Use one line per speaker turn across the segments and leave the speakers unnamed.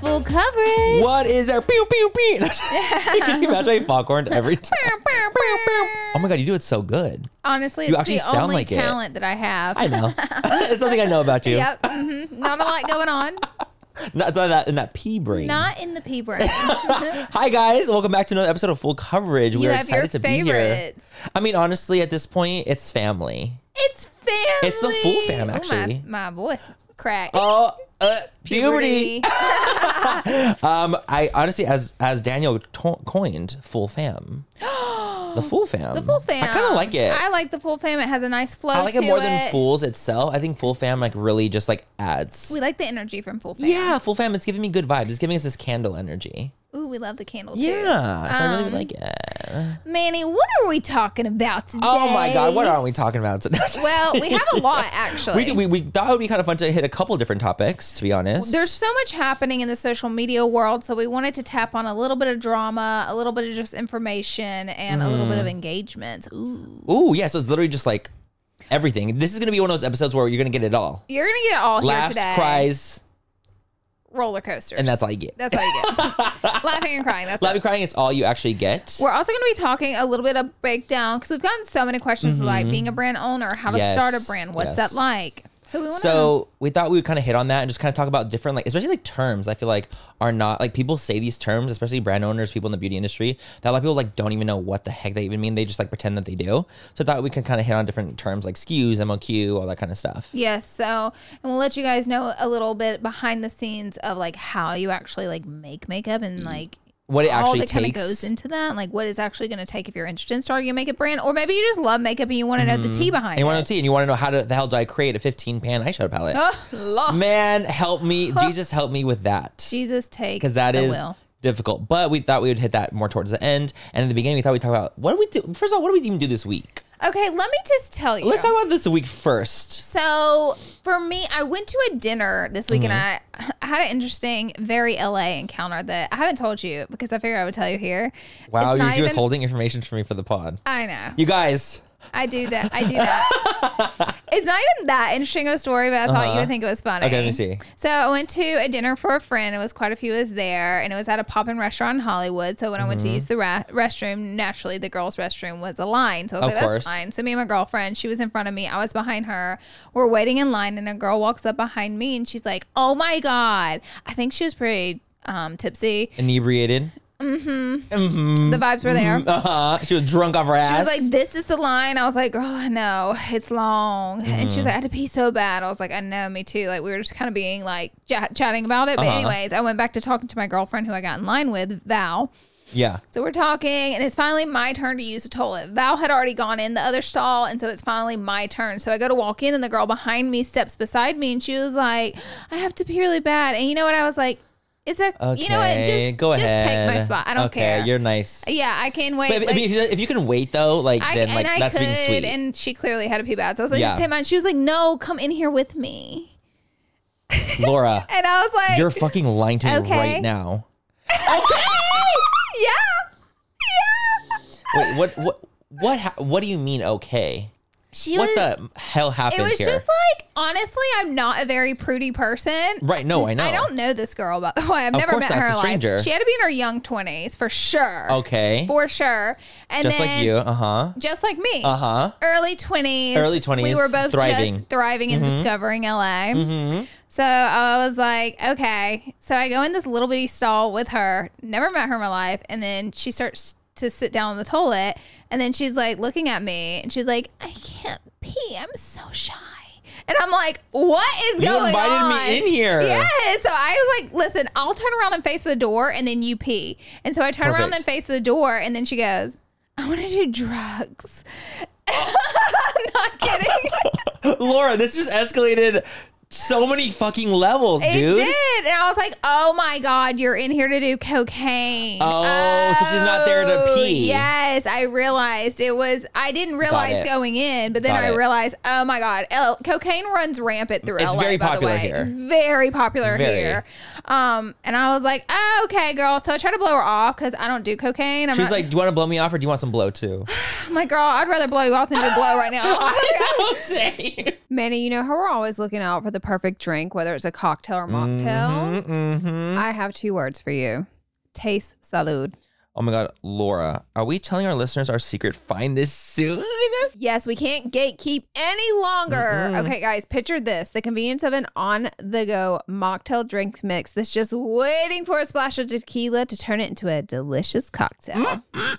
coverage.
What is our pew pew pew? Can you imagine I popcorn every time? Oh my god, you do it so good.
Honestly,
You
it's
actually
the
sound
only
like it.
talent that I have.
I know. it's something I know about you.
Yep. hmm Not a lot going on.
Not not that in that pea brain.
Not in the pea brain.
Hi guys, welcome back to another episode of Full Coverage.
you
we are
have
excited
your
to be here.
favorites.
I mean, honestly, at this point, it's family.
It's family.
It's the full fam,
Oh,
actually.
my, my voice cracked.
Oh, uh, puberty. Um, I honestly, as as Daniel to- coined, full fam. the full fam.
The full fam.
I kind of like it.
I like the full fam. It has a nice flow.
I like it
to
more than
it.
Fools itself. I think Full Fam like really just like adds.
We like the energy from full fam.
yeah, Full Fam. It's giving me good vibes. It's giving us this candle energy.
Ooh, we love the candle too.
Yeah, so I really
Um,
like it.
Manny, what are we talking about today?
Oh my god, what are we talking about today?
Well, we have a lot actually.
we, did- we we thought it would be kind of fun to hit a couple different topics. To be honest,
There's so much happening in the social media world, so we wanted to tap on a little bit of drama, a little bit of just information, and a little bit of
Mm.
engagement. Ooh.
Ooh, yeah. So it's literally just like everything. This is gonna be one of those episodes where you're gonna get it all.
You're gonna get it all
Laughs,
here today.
cries,
roller coasters,
and that's all you get.
That's all you get. Laughing and crying. That's
Laughing,
it.
crying is all you actually get.
We're also going to be talking a little bit of breakdown because we've gotten so many questions like being a brand owner, how to
Mm-hmm. Yes,
start a brand, what's
yes.
that like? So we want to.
So we thought we would kind of hit on that and just kind of talk about different, like especially like terms. I feel like are not like people say these terms, especially brand owners, people in the beauty industry. That a lot of people like don't even know what the heck they even mean. They just like pretend that they do. So I thought we could kind of hit on different terms like SKUs, MOQ, all that kind of stuff.
Yes, so and we'll let you guys know a little bit behind the scenes of like how you actually like make makeup
Mm.
and like
What it
all
actually
that kind of
takes.
goes into that, like what it's actually going to take if you're interested in starting a makeup brand, or maybe you just love makeup and you want to know the tea behind
Mm-hmm. and you want
it.
to know, and you want to know how to, the hell do I create a 15 pan eyeshadow palette?
Oh, Lord.
Man, help me, Jesus, help me with that.
Jesus, take
because that
the
is
will.
difficult. But we thought we would hit that more towards the end. And in the beginning, we thought we'd talk about what do we do. First of all, what do we even do this week?
Okay, let me just tell you.
Let's talk about this week first.
So for me, I went to a dinner this week and
Mm-hmm.
I, I had an interesting, very LA encounter that I haven't told you because I figured I would tell you here.
Wow,
It's
you're
not even-
withholding information from me for the pod.
I know.
You guys,
I do that. I do that. it's not even that interesting of a story, but I thought you would think it was funny.
Uh-huh. Okay, let me see.
So I went to a dinner for a friend. It was quite a few of us there, and it was at a poppin' restaurant in Hollywood. So when I went
Mm-hmm.
to use the ra- restroom, naturally the girls' restroom was a line. So I was
Of
like,
course.
that's fine. So me and my girlfriend, she was in front of me. I was behind her. We're waiting in line, and a girl walks up behind me, and she's like, "Oh my god!" I think she was pretty um, tipsy.
inebriated. Mm-hmm.
The vibes were there.
Uh-huh. She was drunk off her
Mm-hmm. She
ass.
was like, "This is the line." I was like, "Girl, I know it's long." And she was
Mm-hmm.
like, "I had to pee so bad." I was like, "I know, me too." Like we were just kind of being like ch- chatting about it. But
Uh-huh.
anyways, I went back to talking to my girlfriend who I got in line with, Val.
yeah.
So we're talking, and it's finally my turn to use the toilet. Val had already gone in the other stall, and so it's finally my turn. So I go to walk in, and the girl behind me steps beside me, and she was like, "I have to pee really bad." And you know what? I was like, "It's a
Okay.
you know what? Just
Go
just
ahead.
take my spot. I don't
okay,
care."
You're nice.
yeah, I can wait.
But if,
Like-
if you, if you can wait though, like
I,
then like
and
that's
I
being
could,
sweet.
and she clearly had a pee bad. So I was like,
Yeah.
just take mine. She was like, no, come in here with me.
Laura,
And I was like,
you're fucking lying to me
Okay.
right now.
yeah, yeah.
Wait, what? What? What? ha- What do you mean? Okay.
She
what
was.
the hell
Mm. it
happened
was
here?
just like, honestly, I'm not a very prudy person.
right. No, I know.
I don't know this girl, by the way. I've never
course
met
not,
her in
it's a
life.
stranger.
She had to be in her young 20s for sure.
Okay.
For sure. And
just
then,
like you. Uh huh.
Just like me.
Uh huh.
Early 20s.
Early
We
20s,
were both
thriving. Mm-hmm.
just thriving and discovering LA. So I was like, okay. So I go in this little bitty stall with her, never met her in my life. And then she starts to sit down on the toilet. And then she's like looking at me and she's like, I can't pee. I'm so shy. And I'm like, what is
You
going
invited
on?
me in here.
Yes. So I was like, listen, I'll turn around and face the door and then you pee. And so I turn around
Perfect.
and face the door and then she goes, I want to do drugs. I'm not kidding.
Laura, this just escalated so many fucking levels,
it
dude.
did. And I was like, oh my God, you're in here to do cocaine.
Oh, so she's not there to
Oh,
pee.
Yes. I realized it was, I didn't realize
it.
going in, but then
Got
I
it.
realized, oh my God, L- cocaine runs rampant through
It's
LA,
very
by
popular
the way.
here.
Very popular
Very.
here. Um, and I was like, oh, okay, girl. So I tried to blow her off because I don't do cocaine. I'm
She was
not-
like, "Do you want to blow me off, or do you want some blow too?"
Oh, I'm like, girl, I'd rather blow you off than do blow right now.
I know, same.
Manny, you know how we're always looking out for the perfect drink, whether it's a cocktail or mocktail.
Mm-hmm.
I have two words for you. Taste salud.
Oh my God, Laura, are we telling our listeners our secret find this soon?
Yes, we can't gatekeep any longer.
Mm-mm.
Okay, guys, picture this the convenience of an on the go mocktail drink mix that's just waiting for a splash of tequila to turn it into a delicious cocktail.
Mm.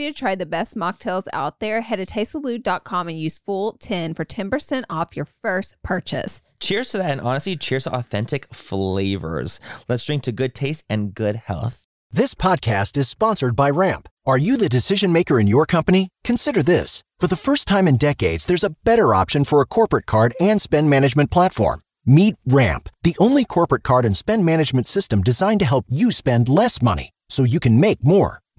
to try the best mocktails out there, head to tastesalute.com and use full 10 for 10% off your first purchase.
Cheers to that, and honestly, cheers to authentic flavors. Let's drink to good taste and good health.
This podcast is sponsored by Ramp. Are you the decision maker in your company? Consider this. For the first time in decades, there's a better option for a corporate card and spend management platform. Meet Ramp, the only corporate card and spend management system designed to help you spend less money so you can make more.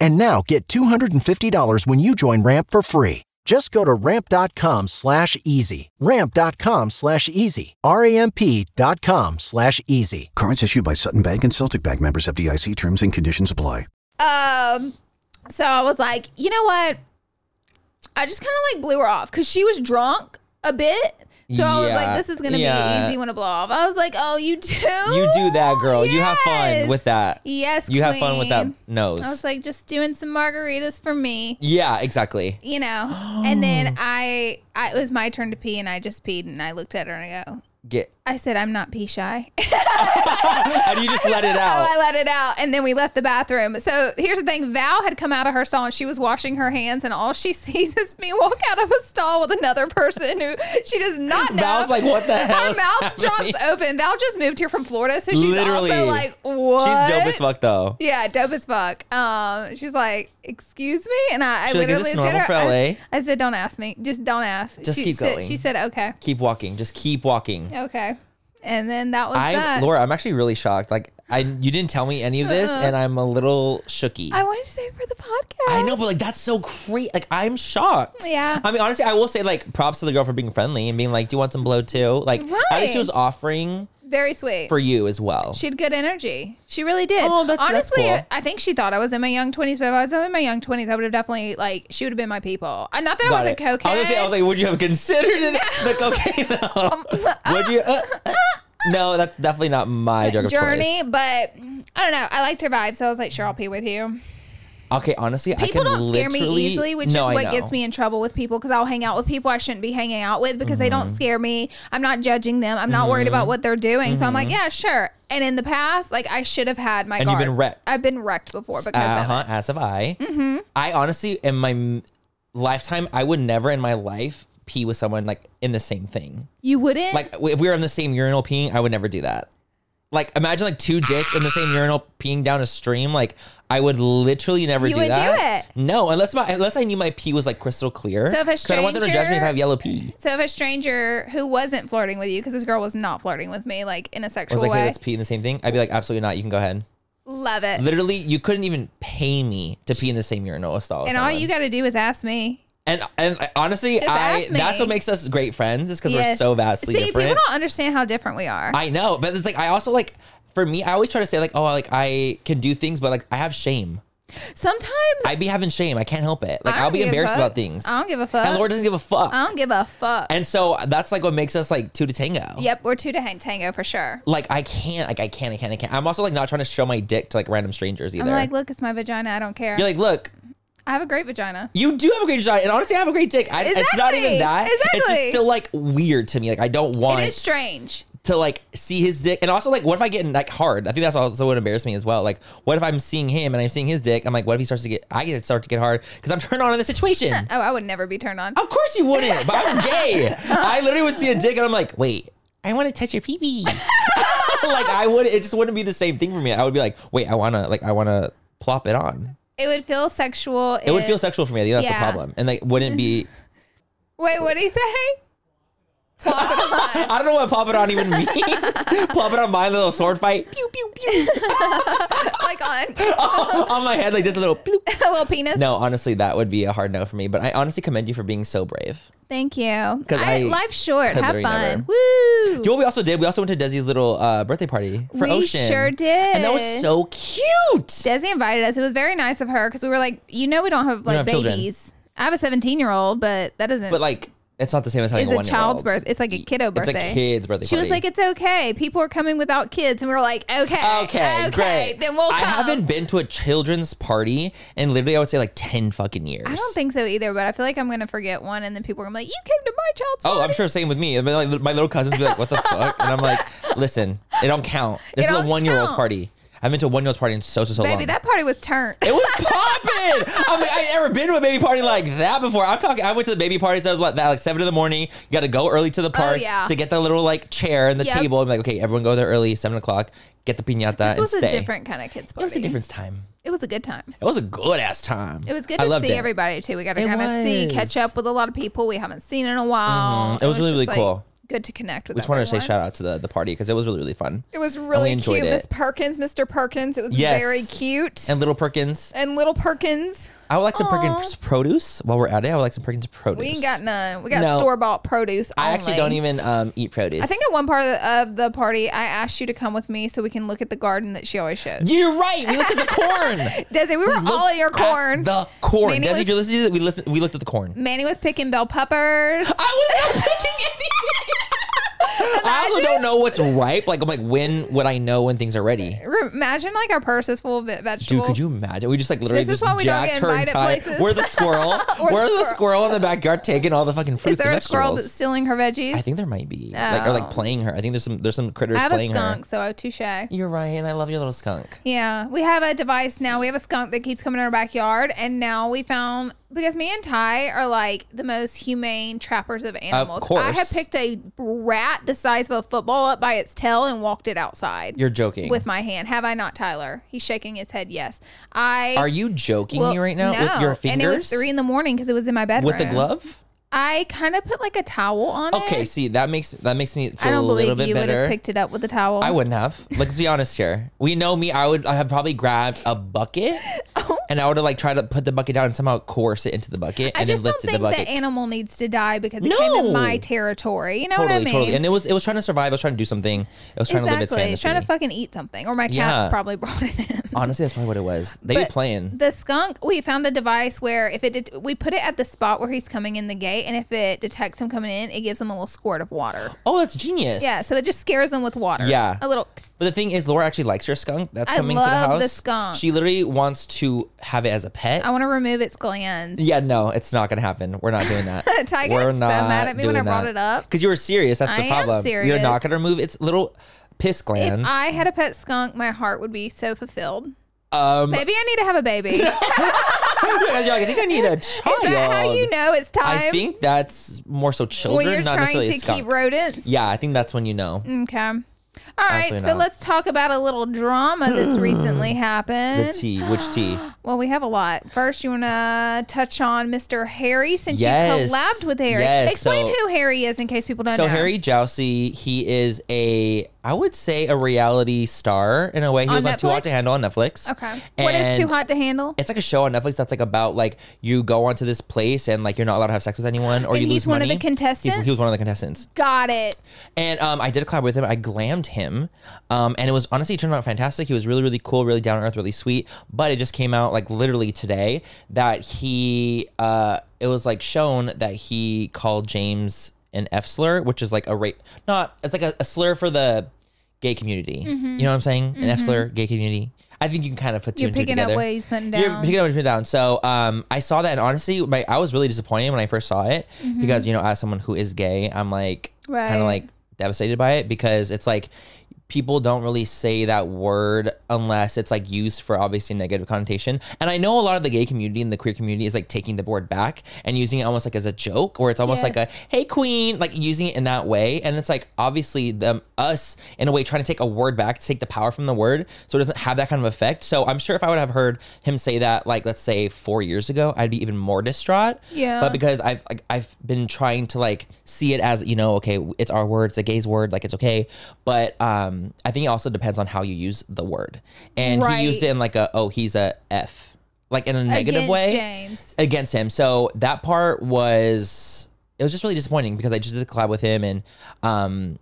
And now get $250 when you join Ramp for free. Just go to ramp.com slash easy. Ramp.com slash easy. R-A-M-P dot com slash easy.
Cards issued by Sutton Bank and Celtic Bank members of DIC terms and conditions apply.
Um, so I was like, you know what? I just kind of like blew her off because she was drunk a bit. So I was
Yeah,
like, this is going to be
yeah.
an easy one to blow off. I was like, oh, you do?
You do that, girl. You have fun
Oh, Yes.
with that.
Yes,
You have fun with that
queen.
nose.
I was like, just doing some margaritas for me.
yeah, exactly.
you know. and then I, I, it was my turn to pee, and I just peed, and I looked at her and I go,
Get.
I said, I'm not pee shy.
and you just let it
Oh,
out.
I let it out, and then we left the bathroom. So here's the thing: Val had come out of her stall, and she was washing her hands, and all she sees is me walk out of a stall with another person who she does not know.
Val's like, what the hell?
Her
is
mouth
happening?
drops open. Val just moved here from Florida, so she's
Literally.
also like, what?
She's dope as fuck, though.
Yeah, dope as fuck. Um, she's like, "Excuse me," and I, I
She's like,
literally
"Is this
looked at
normal
her.
for
I,
LA?
I said, "Don't ask me. Just don't ask."
Just
she
keep
said,
going.
She said, "Okay,
Keep walking. Just keep walking.
okay," and then that was
I,
that.
Laura, I'm actually really shocked. Like, I you didn't tell me any of this,
Uh-huh.
and I'm a little shooky.
I wanted to say it for the podcast.
I know, but like that's so crazy. Like I'm shocked.
Oh. Yeah.
I mean, honestly, I will say like props to the girl for being friendly and being like, "Do you want some blow too?" Like at
Right.
least she was offering
Very sweet.
for you as well.
she had good energy. She really did.
Oh, that's- that's
Honestly,
cool.
I think she thought I was in my young twenties, but if I was in my young twenties, I would have definitely like she would have been my people. Uh, Not that I was a
I was
cocaine.
gonna say, I was like, would you have considered it the cocaine?
Um,
though? would you? uh, uh, no, that's definitely not my drug of
journey,
choice.
but I don't know. I liked her vibe, so I was like, sure, I'll pee with you.
Okay, honestly, I
People
can
don't scare me
literally-
easily, which
No,
is
I
what
know.
gets me in trouble with people because I'll hang out with people I shouldn't be hanging out with because they
Mm-hmm.
don't scare me. I'm not judging them. I'm not worried about what they're doing. So I'm like, yeah, sure. And in the past, like I should have had my
Mm-hmm. And you've
guard.
been wrecked.
I've been wrecked before because of it. Mm-hmm.
uh-huh, as have I. I honestly, in my m- lifetime, I would never in my life pee with someone like in the same thing.
You wouldn't
Like w- if we were in the same urinal peeing, I would never do that. Like imagine like two dicks in the same urinal peeing down a stream. Like I would literally never
You
do
would do
that. No, unless my unless I knew my pee was like crystal clear.
So if a
'Cause I don't want them to judge me if I
stranger-
have yellow pee.
So if a stranger who wasn't flirting with you, because this girl was not flirting with me, like in a
I
sexual
was like,
way,
hey, let's pee in the same thing. I'd be like, absolutely not. You can go ahead.
love it.
Literally, you couldn't even pay me to pee in the same urinal as stall. as
and all
someone.
you got to do is ask me.
And and I- honestly,
Just
I
ask me.
that's what makes us great friends is because we're
Yes.
so vastly
See,
different.
people don't understand how different we are.
I know, but it's like I also like for me, I always try to say like, oh, like I can do things, but like I have shame.
Sometimes
I'd be having shame. I can't help it. Like
I don't
I'll be
give a
embarrassed
fuck.
about things.
I don't give a fuck.
And Laura doesn't give a fuck.
I don't give a fuck.
and so that's like what makes us like two to tango.
yep, we're two to hang tango for sure.
Like I can't. Like I can't. I can't. I can't. I'm also like not trying to show my dick to like random strangers either.
I'm like, look, it's my vagina. I don't care.
You're like, look,
I have a great vagina.
you do have a great vagina, and honestly, I have a great dick. I, It's not
Exactly.
even that. It's just
Exactly.
still like weird to me. Like I don't want
It is strange.
to like see his dick, and also like, what if I get in like hard? I think that's also what embarrassed me as well. Like, what if I'm seeing him and I'm seeing his dick? I'm like, what if he starts to get? I get start to get hard because I'm turned on in the situation.
Oh, I would never be turned on.
Of course you wouldn't. But I'm gay. I literally would see a dick and I'm like, wait, I want to touch your pee pee. like I would, it just wouldn't be the same thing for me. I would be like, wait, I wanna, like, I wanna plop it on.
It would feel sexual.
It, would feel sexual for me. I think that's
Yeah.
the problem, and like, wouldn't be.
Wait, what did he say? Plop it on.
I don't know what plop it on even means. plop it on my little sword fight. Pew pew pew.
like on
on my head, like just a little. Bloop.
a little penis.
No, honestly, that would be a hard no for me. But I honestly commend you for being so brave.
Thank you.
'Cause I
I, life's short.
could
Have
literally
fun.
never.
Woo.
You know what we also did? We also went to Desi's little uh, birthday party for
We
Ocean.
sure did.
and that was so cute.
Desi invited us. It was very nice of her because we were like, you know, we don't have like
don't have children.
babies. I have a 17 year old, but that doesn't.
But like, it's not the same as having
it's
a
a
one
child's birth. It's like a kiddo birthday.
It's a kid's birthday.
She was
party.
like, "It's okay. People are coming without kids," and we were like, "Okay,
okay, great.
Then we'll come."
I haven't been to a children's party in literally, I would say like ten fucking years.
I don't think so either, but I feel like I'm gonna forget one, and then people are gonna be like, "You came to my child's
Oh,
party."
I'm sure same with me. I mean, like, my little cousins be like, "What the fuck?" And I'm like, "Listen, it don't count. This
It
is a
don't
one year old's
count.
party. I've been to a one year old's party in so so so
Baby,
long.
that party was turned.
it was popping. I mean, I ain't never been to a baby party like that before. I'm talking. I went to the baby parties. I was like that, like seven in the morning. You got to go early to the park
Oh, yeah.
to get the little like chair and the
Yep.
table. I'm like, okay, everyone go there early, seven o'clock. Get the piñata
This
and
was a
stay.
different kind of kids party.
It was a different time.
It was a good time.
It was a good ass time.
It was good
I
to
loved
see
it.
everybody too. We got to
It
kind of see,
was.
catch up with a lot of people we haven't seen in a while.
Mhm. It was really, really
just,
cool.
Good to connect with.
We just wanted to say
everyone.
shout out to the the party because it was really really fun.
It was really
enjoyed
cute,
it.
Miss Perkins, Mr. Perkins. It was
Yes.
very cute. And,
And little Perkins,
little Perkins,
I would like some
Aw.
Perkins produce while we're at it. I would like some Perkins produce.
we ain't got none. We got
No.
store bought produce.
I actually
only.
don't even um, eat produce.
I think at one part of the, of the party, I asked you to come with me so we can look at the garden that she always shows.
you're right. We looked at the corn.
Desi, we were
We
all
looked
at your corn.
At the corn.
Manny
Desi,
was-
if you're listening to this, we listened. We looked at the corn.
Manny was picking bell peppers.
I was not picking anything. I also don't know what's ripe. Like I'm like, when would I know when things are ready?
Re- Imagine like our purse is full of ve-
Dude,
vegetables.
could you imagine? We just like literally
This is
just
why we don't
jacked
get
her
invited
entire.
places.
We're the squirrel.
We're the
We're the
squirrel.
squirrel in the backyard taking all the fucking fruits
Is there
and
a squirrel
vegetables.
that's stealing her veggies?
I think there might be, like, or
Oh.
like playing her. I think there's some there's some critters
I have a
playing
skunk,
her.
so oh, touche.
You're right, and I love your little skunk.
Yeah, we have a device now. We have a skunk that keeps coming in our backyard, and now we found because me and Ty are like the most humane trappers of animals. I
course.
had picked a rat the size of a football up by its tail and walked it outside
You're joking.
with my hand. Have I not, Tyler? He's shaking his head. Yes, I.
Are you joking
well,
me right now with your
And
fingers?
it was three in the morning because it was in my bedroom
with the glove.
I kind of put like a towel on it.
Okay, see that makes that makes me feel
Eh. I don't
a little
believe
bit
you would have
better.
picked it up with a towel.
I wouldn't have. Like, Let's be honest here. We know me. I would. I have probably grabbed a bucket,
Oh.
and I would have like tried to put the bucket down and somehow coerce it into the bucket
I
and then
just don't
lifted
think
the bucket.
the animal needs to die because it came in
No.
my territory. You know
totally,
what I mean?
totally. And it was it was trying to survive. It was trying to do something. It was trying to live its
exactly.
fantasy.
It's trying to fucking eat something, or my cat's
Yeah. Uh,
probably brought it in.
Honestly, that's probably what it was. They be
But
playing.
The skunk, we found a device where if it det- we put it at the spot where he's coming in the gate, and if it detects him coming in, it gives him a little squirt of water.
Oh, that's genius.
Yeah, so it just scares him with water.
Yeah.
a little.
But the thing is, Laura actually likes her skunk. That's
I
coming to the
love
house.
the skunk.
She literally wants to have it as a pet.
I want to remove its glands.
yeah, no, it's not gonna happen. We're not doing that.
Ty got so mad at me when I brought it up.
because you were serious. That's
I
the
am
problem. You're not
serious.
gonna remove its little piss
If
glands.
I had a pet skunk, my heart would be so fulfilled.
um,
Maybe I need to have a baby. Is
you're like, I think I need a child.
that how you know it's time?
I think that's more so children,
when you're
not
trying
necessarily
to
a skunk.
keep rodents.
yeah, I think that's when you know.
Okay. All right,
Absolutely
so
not.
let's talk about a little drama that's recently happened.
The tea, which tea?
Well, we have a lot. First, you want to touch on Mr. Harry since you
Yes.
collabed with Harry.
Yes,
Explain
so-
who Harry is in case people don't
so
know.
Harry Jousey, he is a I would say a reality star in a way. He
On
was on Too Hot
Netflix?
to Handle on Netflix.
Okay. what is too
And
hot to handle?
It's like a show on Netflix that's like about like you go onto this place and like you're not allowed to have sex with anyone or
And
you
he's
lose
one of
money.
the contestants?
He's, he was one of the contestants,
Got it.
and um, I did a collab with him. I glammed him, um, and it was honestly it turned out fantastic. He was really really cool, really down to earth, really sweet. But it just came out like literally today that he uh, it was like shown that he called James an F slur, which is like a rape not it's like a, a slur for the gay community. You know what I'm saying? An F slur, gay community. I think you can kind of put two
Mm-hmm. You're
and two
picking up
together.
what he's putting
You're
down.
picking up what you're putting down. So um, I saw that, and honestly, my, I was really disappointed when I first saw it because you know, as someone who is gay, I'm like kind
Mm-hmm. Right.
of like devastated by it because it's like people don't really say that word unless it's like used for obviously negative connotation. And I know a lot of the gay community and the queer community is like taking the word back and using it almost like as a joke or it's almost like a
Yes.
hey queen like using it in that way and it's like obviously them us in a way trying to take a word back take the power from the word so it doesn't have that kind of effect so i'm sure if i would have heard him say that like let's say four years ago i'd be even more distraught
Yeah.
but because i've like, i've been trying to like see it as you know okay it's our word it's a gay's word like it's okay but um i think it also depends on how you use the word and he used
Right.
it in like a oh he's a f like in a negative
Against
way
James.
against him. So that part was it was just really disappointing because I just did a collab with him and um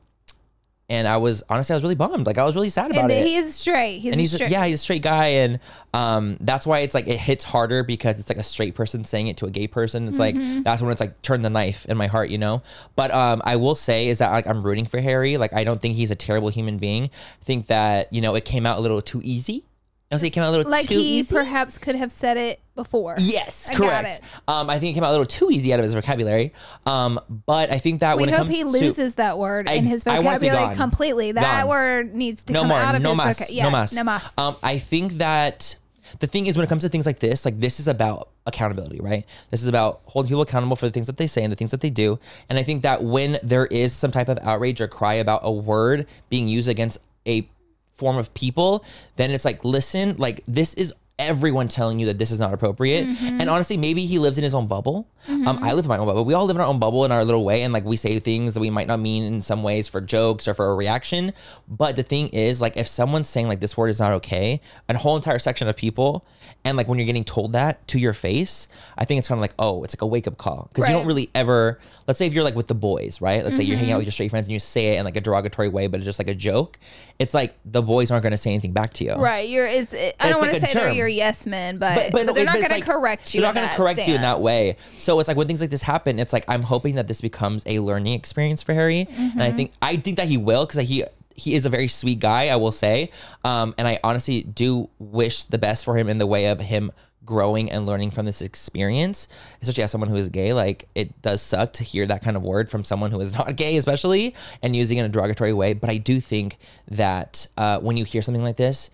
and I was honestly I was really bummed. Like I was really sad about
And
it.
he is straight. He's,
and
a
he's
straight.
yeah, he's a straight guy and um that's why it's like it hits harder because it's like a straight person saying it to a gay person. It's
Mm-hmm.
like that's when it's like turn the knife in my heart, you know. But um I will say is that like I'm rooting for Harry. Like I don't think he's a terrible human being. I think that, you know, it came out a little too easy. I say it came out a little
like
too
he
easy.
perhaps could have said it before.
Yes,
I got
correct. Um, I think it came out a little too easy out of his vocabulary. Um, but I think that
We
when it
hope
comes
he
to
loses that word in
Ex-
his
I want it to be
vocabulary
gone.
completely. That
Gone.
word needs to
no
come
more,
out of
no
his
mas,
vocabulary.
no mas,
no mas.
Um, I think that the thing is when it comes to things like this, like this is about accountability, right? This is about holding people accountable for the things that they say and the things that they do. And I think that when there is some type of outrage or cry about a word being used against a form of people, then it's like, listen, like this is everyone telling you that this is not appropriate.
Mm-hmm.
And honestly, maybe he lives in his own bubble. Um, I live in my own bubble. We all live in our own bubble in our little way. And like we say things that we might not mean in some ways for jokes or for a reaction. But the thing is, like, if someone's saying like this word is not okay, a whole entire section of people, and like when you're getting told that to your face, I think it's kind of like, oh, it's like a wake up call. Cause you
Right. Mm-hmm.
don't really ever, let's say if you're like with the boys, right? Let's say you're hanging out with your straight friends and you say it in like a derogatory way, but it's just like a joke. It's like the boys aren't going to say anything back to you.
Right, you're. It's, it, I don't
It's
want
like
to
a
say they're
term.
your yes men, but,
But,
but, they're not
it's
going to
like,
correct you.
They're not
in
gonna
that
correct you in that
stance.
way. So it's like when things like this happen, it's like I'm hoping that this becomes a learning experience for Harry, and
Mm-hmm.
I think I think that he will because he he is a very sweet guy, I will say, um, and I honestly do wish the best for him in the way of him growing and learning from this experience especially as someone who is gay like it does suck to hear that kind of word from someone who is not gay especially and using it in a derogatory way but i do think that uh, when you hear something like this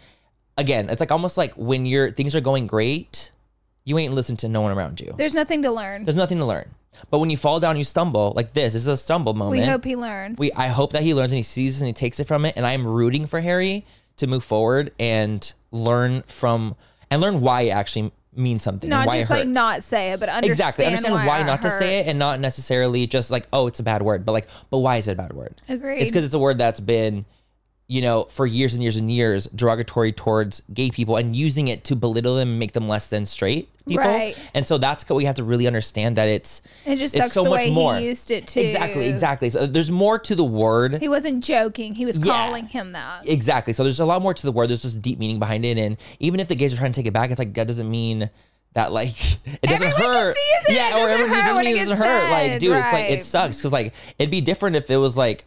again, it's like almost like when your things are going great, you ain't listen to no one around you.
There's nothing to learn.
There's nothing to learn. But when you fall down, you stumble like this. This is a stumble
we
moment.
hope he learns.
We- I hope that he learns and he sees this and he takes it from it. And I am rooting for Harry to move forward and learn from and learn why it actually means something. and
not
why
just
it
like
hurts.
not say it, but understand
exactly understand why,
it
not to say it and
hurts.
not necessarily just like oh it's a bad word, but like but why is it a bad word?
Agreed.
It's because it's a word that's been, you know, for years and years and years derogatory towards gay people and using it to belittle them and make them less than straight people.
Right.
And so that's what we have to really understand that it's
It just
it's
sucks
so
the
much
way
more.
he used it too.
Exactly, exactly. So there's more to the word.
He wasn't joking. He was
Yeah.
calling him that.
Exactly. So there's a lot more to the word. There's this deep meaning behind it. And even if the gays are trying to take it back, it's like that doesn't mean that like it doesn't
Everyone can
hurt.
see it. It
Yeah,
doesn't
or everyone
hurt
it doesn't
when
mean
it
it doesn't
gets
hurt.
said,
Like, dude, it's like
right.
it sucks because like it'd be different if it was like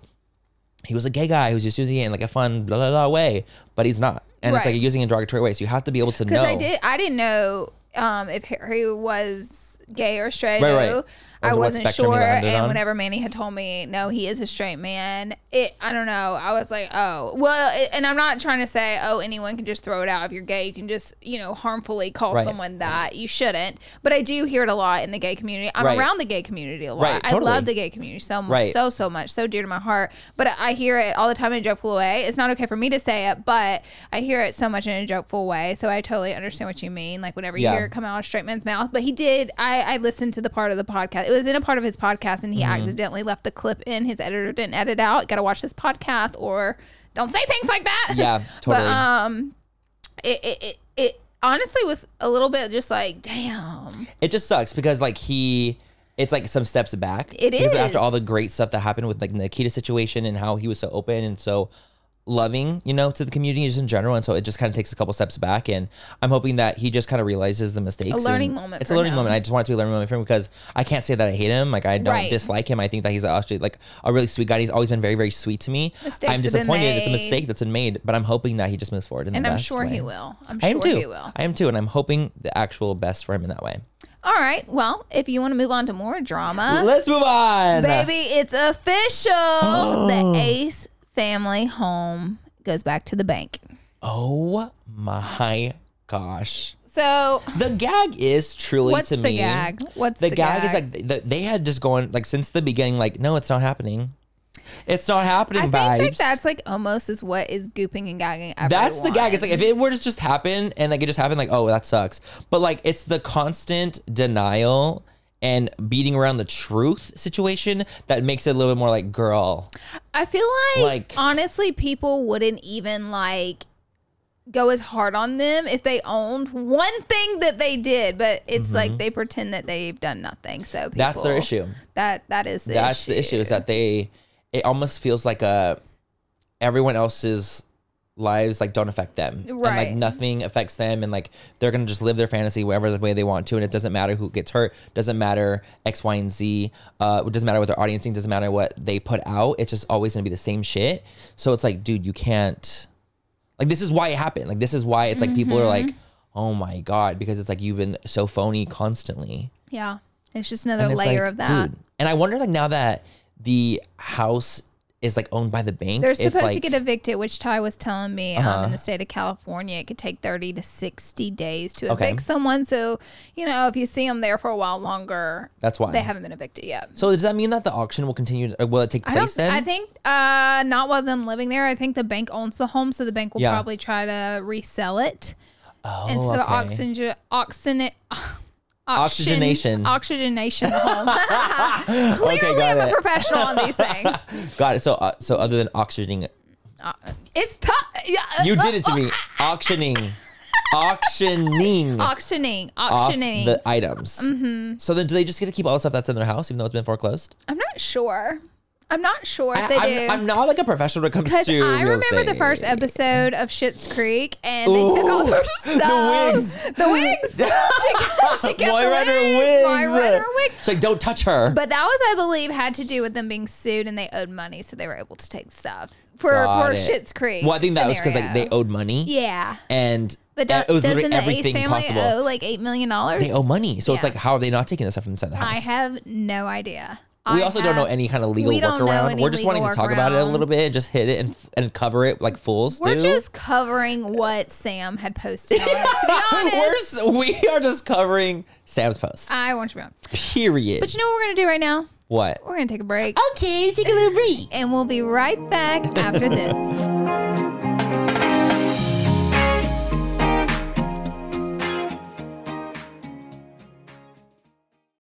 he was a gay guy who's just using it in like a fun blah blah blah way, but he's not. And it's
Right.
like you're using it in a derogatory way. So you have to be able to know.
Because I did, I didn't know um, if Harry was gay or straight.
Right,
I
right.
knew-
Or
I
what
wasn't
spectrum
sure.
he landed
And
on.
whenever Manny had told me, no, he is a straight man, it, I don't know. I was like, oh, well, it, and I'm not trying to say, oh, anyone can just throw it out. If you're gay, you can just, you know, harmfully call
Right.
someone that. You shouldn't. But I do hear it a lot in the gay community. I'm
Right.
around the gay community a lot.
Right,
I
totally.
love the gay community so much,
Right.
so, so much, so dear to my heart. But I hear it all the time in a jokeful way. It's not okay for me to say it, but I hear it so much in a jokeful way. So I totally understand what you mean. Like whenever you
Yeah.
hear it come out of a straight man's mouth. But he did. I I listened to the part of the podcast. It was in a part of
Mm-hmm.
his podcast, and he accidentally left the clip in. His editor didn't edit out. Got to watch this podcast or don't say things like that.
Yeah, totally.
But um, it it it, it honestly was a little bit just like damn.
it just sucks because like he it's like some steps back.
It
because
is.
after all the great stuff that happened with like Nikita situation and how he was so open and so loving, you know, to the community just in general. And so it just kind of takes a couple steps back. And I'm hoping that he just kind of realizes the mistakes.
A learning
and
moment
It's a
for
learning
him.
moment. I just want it to be a learning moment for him because I can't say that I hate him. Like I don't
Right.
dislike him. I think that he's actually like a really sweet guy. He's always been very, very sweet to me.
Mistakes
I'm
have been
disappointed. It's a
made.
mistake that's been made, but I'm hoping that he just moves forward. In
And
the
I'm
best
sure
way.
he will. I'm
I
sure
am too.
he will.
I am too, and I'm hoping the actual best for him in that way.
All right. Well, if you want to move on to more drama,
Let's move on.
baby, it's official. The Ace family home goes back to the bank.
Oh my gosh.
So,
The gag is truly
what's
to
the
me.
gag? What's
The,
the,
gag, is like th- they had just going like since the beginning like no it's not happening. It's not
I
happening
think
vibes.
like that's like almost is what is gooping and gagging. Everyone.
That's the gag. It's like if it were to just happen and like it just happened, like oh that sucks. But like it's the constant denial and beating around the truth situation that makes it a little bit more like girl.
I feel like,
Like-
honestly, people wouldn't even like go as hard on them if they owned one thing that they did, but it's like they pretend that they've done nothing. So people,
Mm-hmm. That's their issue.
That that is the
That's
issue.
the issue is that they it almost feels like a everyone else's lives like don't affect them. And like
Right.
nothing affects them and like they're gonna just live their fantasy wherever the way they want to and it doesn't matter who gets hurt, doesn't matter X, Y, and Z, uh it doesn't matter what their audience thinks, doesn't matter what they put out. It's just always gonna be the same shit. So it's like, dude, you can't like this is why it happened. Like this is why it's like people are like, oh my God, because it's like you've been so phony constantly
yeah. It's just another
it's
layer
like,
of that.
dude. And I wonder, like, now that the house is like owned by the bank,
They're
if,
supposed to
like- Uh-huh.
get evicted, which Ty was telling me. Um, in the state of California, it could take thirty to sixty days to
Okay.
evict someone. So, you know, if you see them there for a while longer,
That's why.
they haven't been evicted yet.
so does that mean that the auction will continue? Or will it take
I
place
don't.
then?
I think uh, not while them living there. I think the bank owns the home, so the bank will
Yeah.
probably try to resell it
oh,
instead of
okay.
oxygen, oxygen, oxygen,
Oxygenation.
oxygenation the home.
Okay,
Clearly,
got
I'm
it.
a professional on these things.
Got it. So, uh, so other than auctioning,
Uh, it's tough. Yeah, uh,
you did it to me. Auctioning, auctioning.
Auctioning,
Off
auctioning.
the items. Mm-hmm. So then, do they just get to keep all the stuff that's in their house, even though it's been foreclosed?
I'm not sure. I'm not sure if
I,
they
am
do.
not like a professional when it comes
because
to.
I
real
remember the first
estate.
episode of Schitt's Creek, and they took all
Ooh,
their
the
stuff.
wigs.
The wigs. she, kept- she kept
Moira and her
wigs.
wigs.
Moira and her wigs.
It's like don't touch her.
But that was, I believe, had to do with them being sued and they owed money, so they were able to take stuff for
Got
for
it.
Schitt's Creek.
Well, I think that was because like
scenario.
they owed money.
yeah.
And
But
and
don't,
it was
doesn't
literally
the Ace
everything
family
possible.
owe like eight million dollars?
they owe money. So it's
Yeah.
like, how are they not taking this stuff from inside the house?
I have no idea. I
we also don't know
have-
any kind of legal
we don't know
workaround.
any
We're just wanting to
legal
talk about it a
workaround.
little bit, just hit it and f- and cover it like fools
We're
do.
just covering what Sam had posted. on it. To be honest,
We're s- we are just covering Sam's post.
I want you to be honest.
period.
But you know what we're gonna do right now?
what?
We're gonna take a break,
Okay, let's take a little break.
and we'll be right back after this.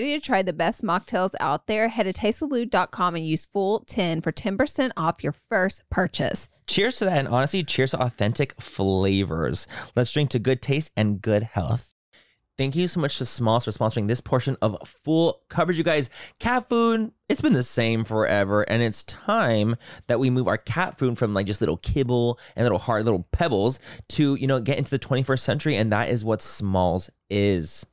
ready to try the best mocktails out there, head to tastealoo.com and use full 10 for 10% off your first purchase.
Cheers to that, and honestly, cheers to authentic flavors. Let's drink to good taste and good health. Thank you so much to Smalls for sponsoring this portion of full coverage. You guys, cat food, it's been the same forever, and it's time that we move our cat food from like just little kibble and little hard little pebbles to, you know, get into the 21st century, and that is what Smalls is.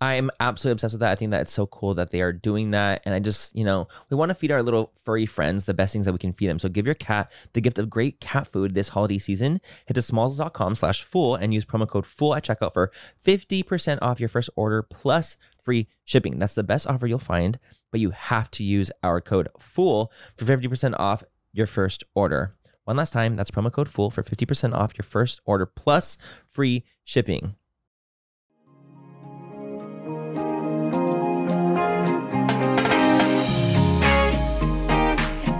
I'm absolutely obsessed with that. I think that it's so cool that they are doing that. And I just, you know, we want to feed our little furry friends the best things that we can feed them. So give your cat the gift of great cat food this holiday season. Head to smalls.com slash full and use promo code full at checkout for 50% off your first order plus free shipping. That's the best offer you'll find, but you have to use our code FOOL for 50% off your first order. One last time, that's promo code FOOL for 50% off your first order plus free shipping.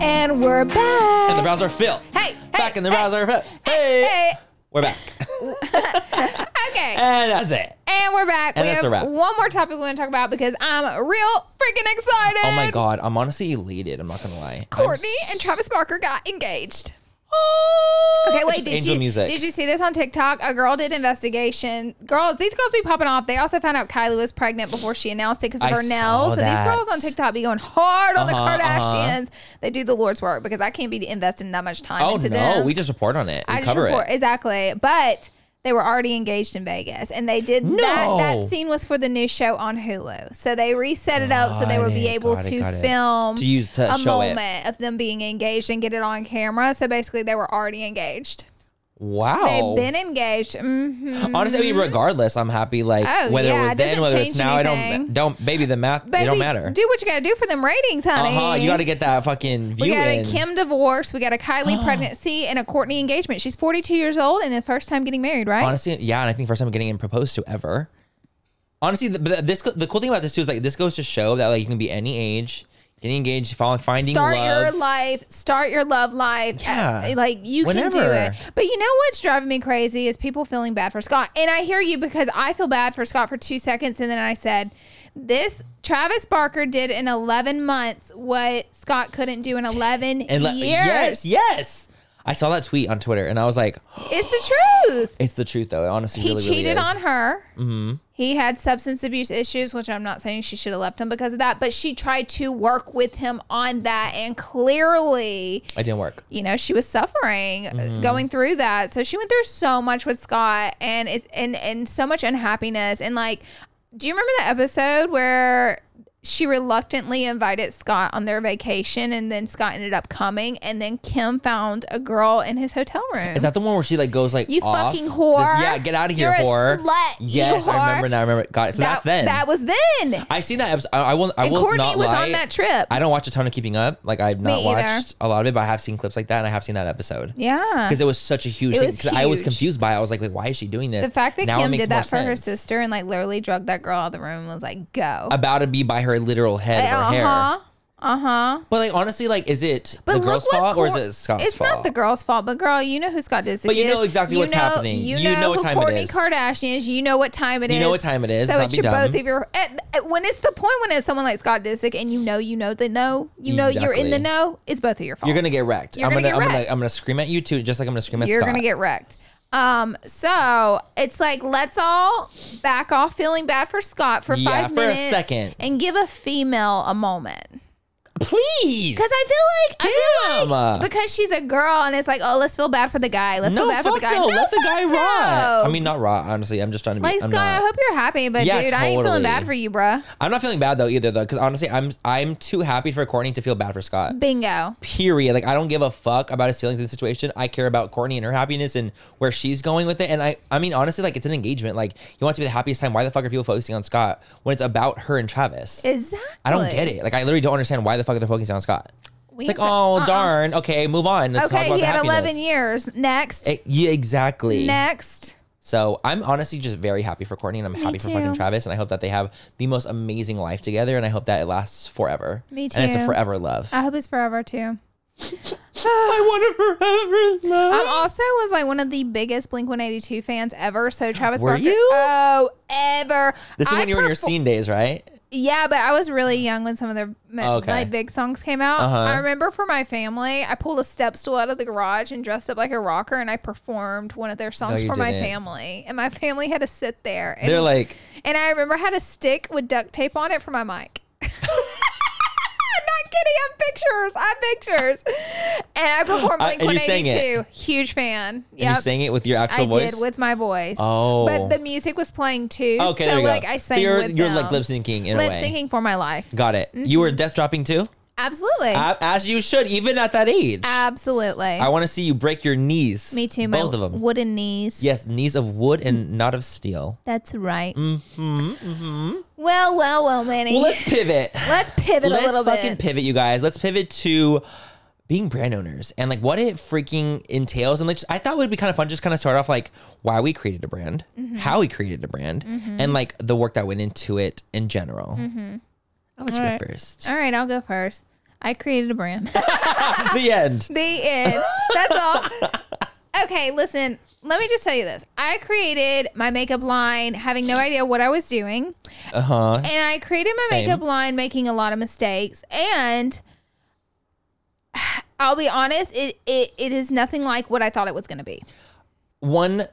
And we're back.
And the browser fill.
hey,
back
hey,
in the
hey,
browser. Hey,
hey.
we're back,
Okay.
and that's it.
And we're back.
And
we
that's
have
a wrap.
one more topic we want to talk about because I'm real freaking excited.
Oh my god, I'm honestly elated. I'm not gonna lie. I'm
Courtney
s-
and Travis Barker got engaged.
Oh,
Okay, wait.
just
Did
angel
you
music.
did you see this on TikTok? A girl did investigation. Girls, these girls be popping off. They also found out Kylie was pregnant before she announced it because of
I
her
saw
nails. So these
that.
girls on TikTok be going hard on
Uh-huh,
the
uh-huh.
Kardashians. They do the Lord's work because I can't be investing that much time
Oh
into
no,
them.
we just report on it. We
I just
cover
report
it.
exactly, but they were already engaged in Vegas, and they did that.
No.
That scene was for the new show on Hulu, so they reset it up so they
Got
would be
it,
able
got it,
to
got it.
film
To use- to
a
show it.
moment of them being engaged and get it on camera. So basically, they were already engaged.
Wow. Oh.
They've been engaged. hmm
Honestly, I mean, regardless, I'm happy. Like
Oh,
whether
yeah,
it was
it
then,
doesn't
whether it's
change
now, I
anything.
don't don't. Baby, the math they don't matter.
Do what you got to do for them ratings, honey.
uh huh. You got to get that fucking view
We got a
in.
Kim divorce. We got a Kylie pregnancy and a Courtney engagement. She's 42 years old and the first time getting married, right?
Honestly, yeah, and I think first time getting proposed to ever. Honestly, the, but this the cool thing about this too is like this goes to show that like you can be any age, getting engaged, fall- finding
start
love.
your life start your love life
Yeah.
Uh, like you can do
Whenever.
it but you know what's driving me crazy is people feeling bad for scott and i hear you because i feel bad for scott for two seconds and then i said this travis barker did in 11 months what scott couldn't do in 11
and let,
years
yes, yes. I saw that tweet on Twitter and I was like,
it's the truth
it's the truth though. It honestly
he
really, really
cheated
is. Mm-hmm.
on her he had substance abuse issues which i'm not saying she should have left him because of that but she tried to work with him on that and clearly
It didn't work.
you know she was suffering uh,
Mm-hmm.
going through that so she went through so much with scott and it's and and so much unhappiness and like do you remember that episode where she reluctantly invited scott on their vacation and then scott ended up coming and then kim found a girl in his hotel room
Is that the one where she like goes like
You
off?
fucking whore.
yeah, get out of here,
You're a
whore.
slut, you
yes,
whore.
I remember now. I remember. Got it. So that's then.
that was then
I've seen that episode. I, I will. I
and
will
courtney
not
was
lie.
on that trip
I don't watch a ton of Keeping Up. Like I've not
Me either.
watched a lot of it, but I have seen clips like that, and I have seen that episode.
yeah
because it was such a huge
It
thing.
was
'Cause I was
huge.
confused by it. I was like, wait, why is she doing this?
the fact that
Now it
kim
makes
did
more
that for her
sense.
sister and like literally drugged that girl out of the room was like go
About to be by her literal head of her hair.
uh-huh
But like honestly, like is it the
look
girl's
what
fault or is
Cour-
it Scott's
it's
fault?
not the girl's fault, but girl, you know who Scott is.
But you know exactly what's happening.
You know,
You know what
who
time it
Kourtney
is.
Kardashian is. You know what time it is.
You know what time it is.
So
Let's not
it
be
should
dumb.
both of your. At, at- when it's the point when it's someone like Scott Disick and you know you know the no, you know you're in the
Exactly.
know. It's both of your fault.
You're gonna get wrecked.
You're
I'm
gonna
gonna,
get
I'm
wrecked.
gonna I'm gonna scream at you too, just like I'm gonna scream at
You're
Scott.
gonna get wrecked. Um, so it's like let's all back off feeling bad for Scott for
Yeah,
five
for a
minutes
second.
and give a female a moment.
Please.
Because I feel like I feel
Damn.
like because she's a girl and it's like, oh, let's feel bad for the guy. Let's
no,
feel bad
fuck
for the guy.
no. Let the
fuck
guy
no.
rot. I mean, not rot. Honestly, I'm just trying to be.
like
I'm
Scott,
not,
I hope you're happy, but
Yeah,
dude, I ain't feeling
totally.
bad for you, bruh.
I'm not feeling bad though either though, because honestly, I'm I'm too happy for Courtney to feel bad for Scott.
Bingo.
Period. Like I don't give a fuck about his feelings in the situation. I care about Courtney and her happiness and where she's going with it. And I I mean honestly, like it's an engagement. Like you want it to be the happiest time. Why the fuck are people focusing on Scott when it's about her and Travis?
Exactly.
I don't get it. Like I literally don't understand why the fuck they're focusing on Scott.
we
It's like,
have-
oh
uh-uh.
darn. Okay, move on. Let's talk
Okay,
about
he
the
had
happiness.
11 years. Next.
Eh, yeah, exactly.
Next.
So I'm honestly just very happy for Courtney, and I'm happy for fucking
too.
Travis, and I hope that they have the most amazing life together, and I hope that it lasts forever.
Me
And it's a
too. Ah.
forever love.
I hope it's forever too.
I want a forever love.
I also was like one of the biggest Blink 182 fans ever. So Travis
Were
Barker.
you?
Oh, ever.
this is
I
when you were in your
perfo-
scene days, right?
Yeah, but I was really young when some of their ma-
Oh, Okay.
like big songs came out.
Uh-huh.
I remember for my family, I pulled a step stool out of the garage and dressed up like a rocker, and I performed one of their songs
you
for my
didn't.
family. And my family had to sit there. And,
They're like,
and I remember I had a stick with duct tape on it for my mic. I'm not kidding. I have pictures. I have pictures. And I performed
I-
Blink
Uh, and you sang it.
182. Huge fan.
and you
Yep.
sang it with your actual
I
voice.
did with my voice.
Oh.
But the music was playing too.
okay,
so
there you
like
go.
I sang
so you're,
with
you're
them.
like lip syncing in a
lip
way.
syncing Mm-hmm. for my life.
Got it. You were death dropping too,
Absolutely.
A- as you should, even at that age.
Absolutely.
I want to see you break your knees.
Me too.
Both
my
of them.
Wooden knees.
yes, knees of wood and not of steel.
That's right. Mm-hmm, Well, well, well, Manny.
mm-hmm. Well,
let's,
let's pivot.
pivot a
Let's
little
fucking
bit.
pivot, you guys. Let's pivot to being brand owners and like what it freaking entails. And like, I thought it would be kind of fun just kind of start off like why we created a brand,
Mm-hmm.
how we created a brand, and like the work that went into it in general. I'll let you
Alright.
go first.
Mm-hmm. All right, I'll go first. I created a brand.
the end.
the end. That's all. Okay, listen. Let me just tell you this. I created my makeup line having no idea what I was doing.
Uh huh.
And I created my
Same.
makeup line making a lot of mistakes. And I'll be honest, it, it, it is nothing like what I thought it was going to be.
One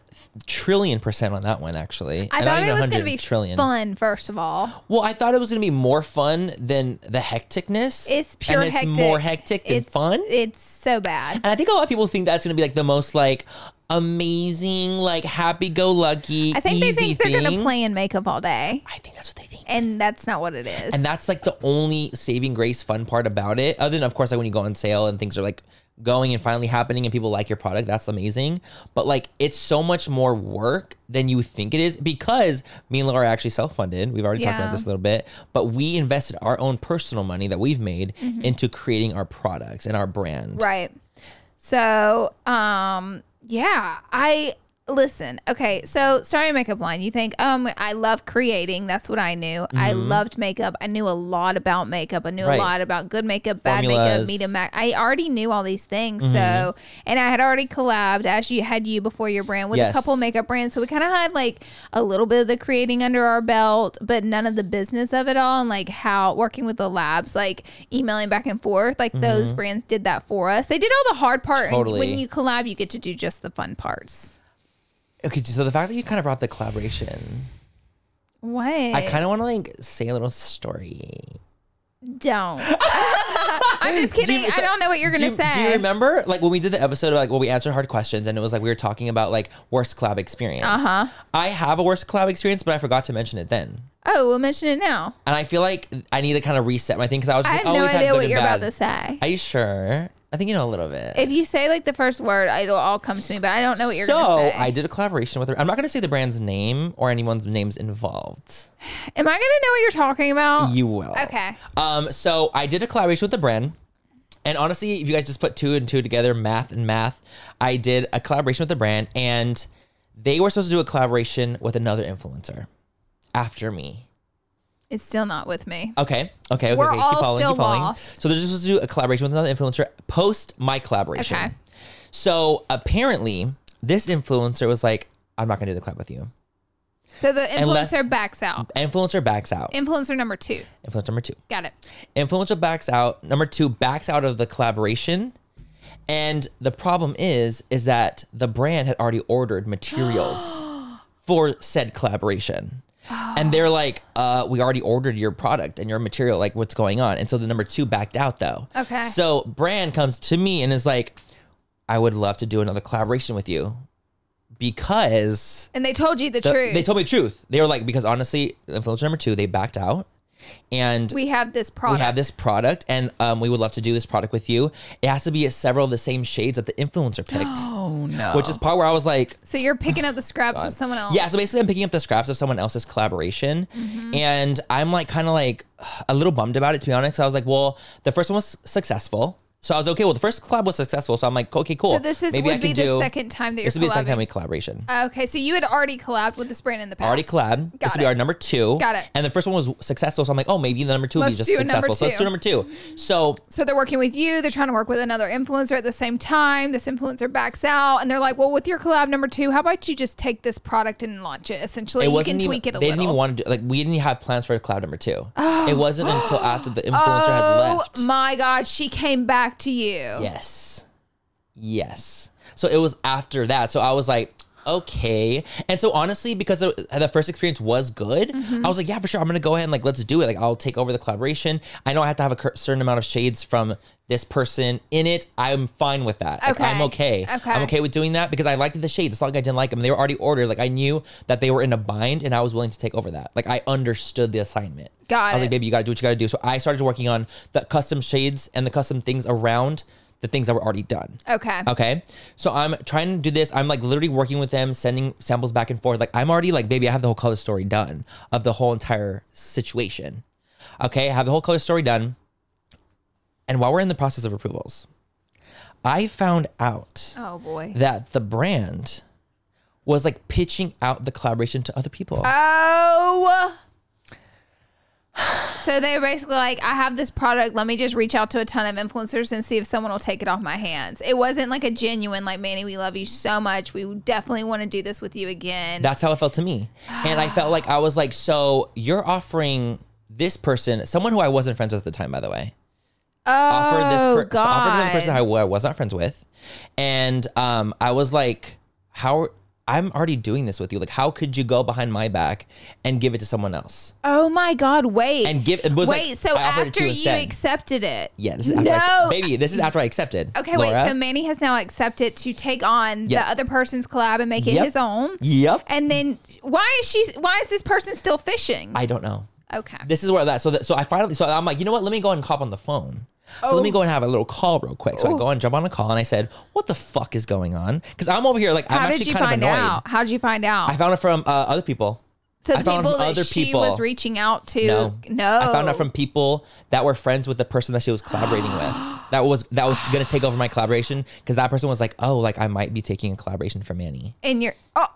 trillion percent on that one, actually.
I
And not
thought
even
it was going
100
to be
trillion.
fun, first of all.
Well, I thought it was going to be more fun than the hecticness.
It's pure
and it's
hectic.
more hectic than
it's,
fun.
It's so bad.
And I think a lot of people think that's going to be like the most like amazing, like happy go lucky.
I think they think they're going
thing.
to play in makeup all day.
I think that's what they think.
And that's not what it is.
And that's like the only saving grace fun part about it. Other than, of course, like when you go on sale and things are like going and finally happening and people like your product, that's amazing. But like it's so much more work than you think it is because me and Laura are actually self funded. We've already talked
Yeah.
about this a little bit, but we invested our own personal money that we've made into creating our products and our brand.
Mm-hmm. Right. So, um, yeah, I listen. Okay, so starting a makeup line, you think, um, I love creating. That's what I knew. I loved makeup. I knew a lot about makeup. I knew
Mm-hmm. Right.
a lot about good makeup, bad
Formulas.
makeup, medium. Ma- I already knew all these things. So,
Mm-hmm.
and I had already collabed as you had you before your brand with
Yes.
a couple makeup brands. So we kind of had like a little bit of the creating under our belt, but none of the business of it all and like how working with the labs, like emailing back and forth, like those brands did that for us. They did all the hard part. and
Mm-hmm. Totally.
when you collab, you get to do just the fun parts.
Okay, so the fact that you kind of brought the collaboration,
What?
I kind of want to like say a little story.
don't. I'm just kidding. I
so-
don't know what you're
do
gonna
you-
say.
Do you remember like when we did the episode of like when we answered hard questions and it was like we were talking about like worst collab experience?
Uh-huh.
I have a worst collab experience, but I forgot to mention it then.
oh, we'll mention it now.
And I feel like I need to kind of reset my thing because I was
I
just
have
like, oh,
no
we've had
idea
good
what
and
you're
bad.
about to say.
Are you sure? I think you know a little bit.
if you say like the first word, it'll all come to me, but I don't know what you're
so
gonna say.
I did a collaboration with. I'm not going to say the brand's name or anyone's names involved.
Am I gonna know what you're talking about?
You will.
Okay.
Um, so I did a collaboration with the brand. And honestly, if you guys just put two and two together, math and math, I did a collaboration with the brand and they were supposed to do a collaboration with another influencer after me.
It's still not with me.
Okay. Okay. Okay.
We're
okay.
all
keep following.
still
keep following.
lost.
So they're just supposed to do a collaboration with another influencer post my collaboration.
Okay.
So apparently, this influencer was like, I'm not going to do the collab with you.
So the
Unless-
influencer backs out.
Influencer backs out.
Influencer number two.
Influencer number two.
Got it.
Influencer backs out. Number two backs out of the collaboration. And the problem is, is that the brand had already ordered materials for said collaboration. And
Oh.
they're like, uh, we already ordered your product and your material. Like, what's going on? And so the number two backed out though.
Okay.
So brand comes to me and is like, I would love to do another collaboration with you because
And they told you the,
the-
truth.
they told me the truth. They were like, because honestly, influencer number two, they backed out. And
we have this product.
we have this product, and um, we would love to do this product with you. It has to be at several of the same shades that the influencer picked,
Oh no.
which is part where I was like,
so you're picking up the scraps of someone else.
yeah. So basically, I'm picking up the scraps of someone else's collaboration,
Mm-hmm.
and I'm like, kind of like a little bummed about it to be honest. I was like, well, the first one was successful. So I was okay. Well, the first collab was successful, so I'm like, okay, cool.
So this is
Maybe I
would
can
be the
do-
second time that you're
This would be the second
collabing.
time we collaboration.
okay, so you had already collabed with this brand in the past.
Already collab.
Uh, Got
this would
it.
be our number two.
Got it.
And the first one was successful, so I'm like, oh, maybe the number 2 will be
Let's
just
do number
successful. So let's
two.
do number two. So
so they're working with you. They're trying to work with another influencer at the same time. This influencer backs out, and they're like, "Well, with your collab number two, how about you just take this product and launch it? Essentially,
it
you
wasn't
can
even,
tweak it a little."
they didn't even want to do like we didn't have plans for a collab number two. It wasn't until after the influencer had
oh
left.
my god, she came back to you.
Yes. Yes. So it was after that. So I was like, okay. And so honestly, because the the first experience was good,
Mm-hmm.
I was like, yeah, for sure. I'm going to go ahead and like, let's do it. Like, I'll take over the collaboration. I know I have to have a cur- certain amount of shades from this person in it. I'm fine with that. Like,
Okay.
I'm okay.
Okay.
I'm okay with doing that because I liked the shades. It's not like I didn't like them. They were already ordered. Like, I knew that they were in a bind and I was willing to take over that. Like, I understood the assignment.
Got
I was
it.
like, baby, you gotta do what you gotta do. So I started working on the custom shades and the custom things around the things that were already done.
Okay.
Okay. So I'm trying to do this. I'm like literally working with them, sending samples back and forth. Like I'm already like, baby, I have the whole color story done of the whole entire situation. Okay, I have the whole color story done. And while we're in the process of approvals, I found out
Oh boy.
that the brand was like pitching out the collaboration to other people.
Uh, Oh. So they were basically like, I have this product. Let me just reach out to a ton of influencers and see if someone will take it off my hands. It wasn't like a genuine, like, Manny, we love you so much. We definitely want to do this with you again.
That's how it felt to me. And I felt like I was like, so you're offering this person, someone who I wasn't friends with at the time, by the way,
oh,
offered this, per- so
God.
offered this person who I was not friends with. And um, I was like, how, I'm already doing this with you. Like, how could you go behind my back and give it to someone else?
oh, my God. Wait.
And give, it was like,
wait. so
I offered it to
after you
instead.
accepted it.
yeah, this is after I accept-
No.
baby, this is after I accepted.
Okay,
Laura.
wait. So Manny has now accepted to take on
Yep.
the other person's collab and make it
Yep.
his own.
Yep.
And then why is she? Why is this person still fishing?
I don't know.
okay.
This is where that. So that, so I finally. So I'm like, you know what? Let me go and hop on the phone. So let me
Oh.
go and have a little call real quick. So I go and jump on a call, and I said, "What the fuck is going on?" Because I'm over here like
How
I'm
did
actually
you
kind of
find
annoyed.
out? How did you find out?
I found it from uh, other people.
so the
I found
people that
other
she
people.
was reaching out to.
No,
no.
I found out from people that were friends with the person that she was collaborating with. That was that was gonna take over my collaboration because that person was like, "Oh, like I might be taking a collaboration from Annie."
And you're oh,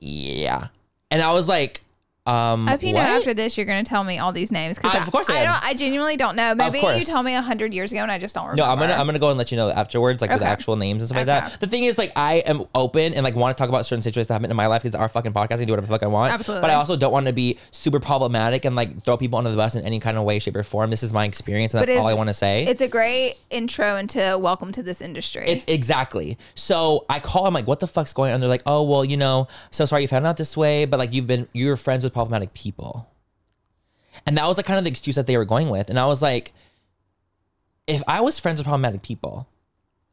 Yeah, and I was like, um,
I hope you know
what?
after this you're going to tell me all these names
I-
because
of course I am.
don't. I genuinely don't know. Maybe you
course.
told me a hundred years ago and I just don't remember.
No, I'm gonna I'm gonna go and let you know afterwards, like with
Okay.
actual names and stuff like
Okay.
that. The thing is, like, I am open and like want to talk about certain situations that happen in my life because our fucking podcast, I can do whatever the fuck I want. But
Absolutely.
I also don't want to be super problematic and like throw people under the bus in any kind of way, shape, or form. This is my experience, and
But
that's all I
it's-
want to say.
It's a great intro into welcome to this industry.
It's exactly. So I call. I'm like, what the fuck's going on? They're like, oh well, you know, so sorry you found out this way, but like you've been you were friends with problematic people, and that was like kind of the excuse that they were going with. And I was like, if I was friends with problematic people,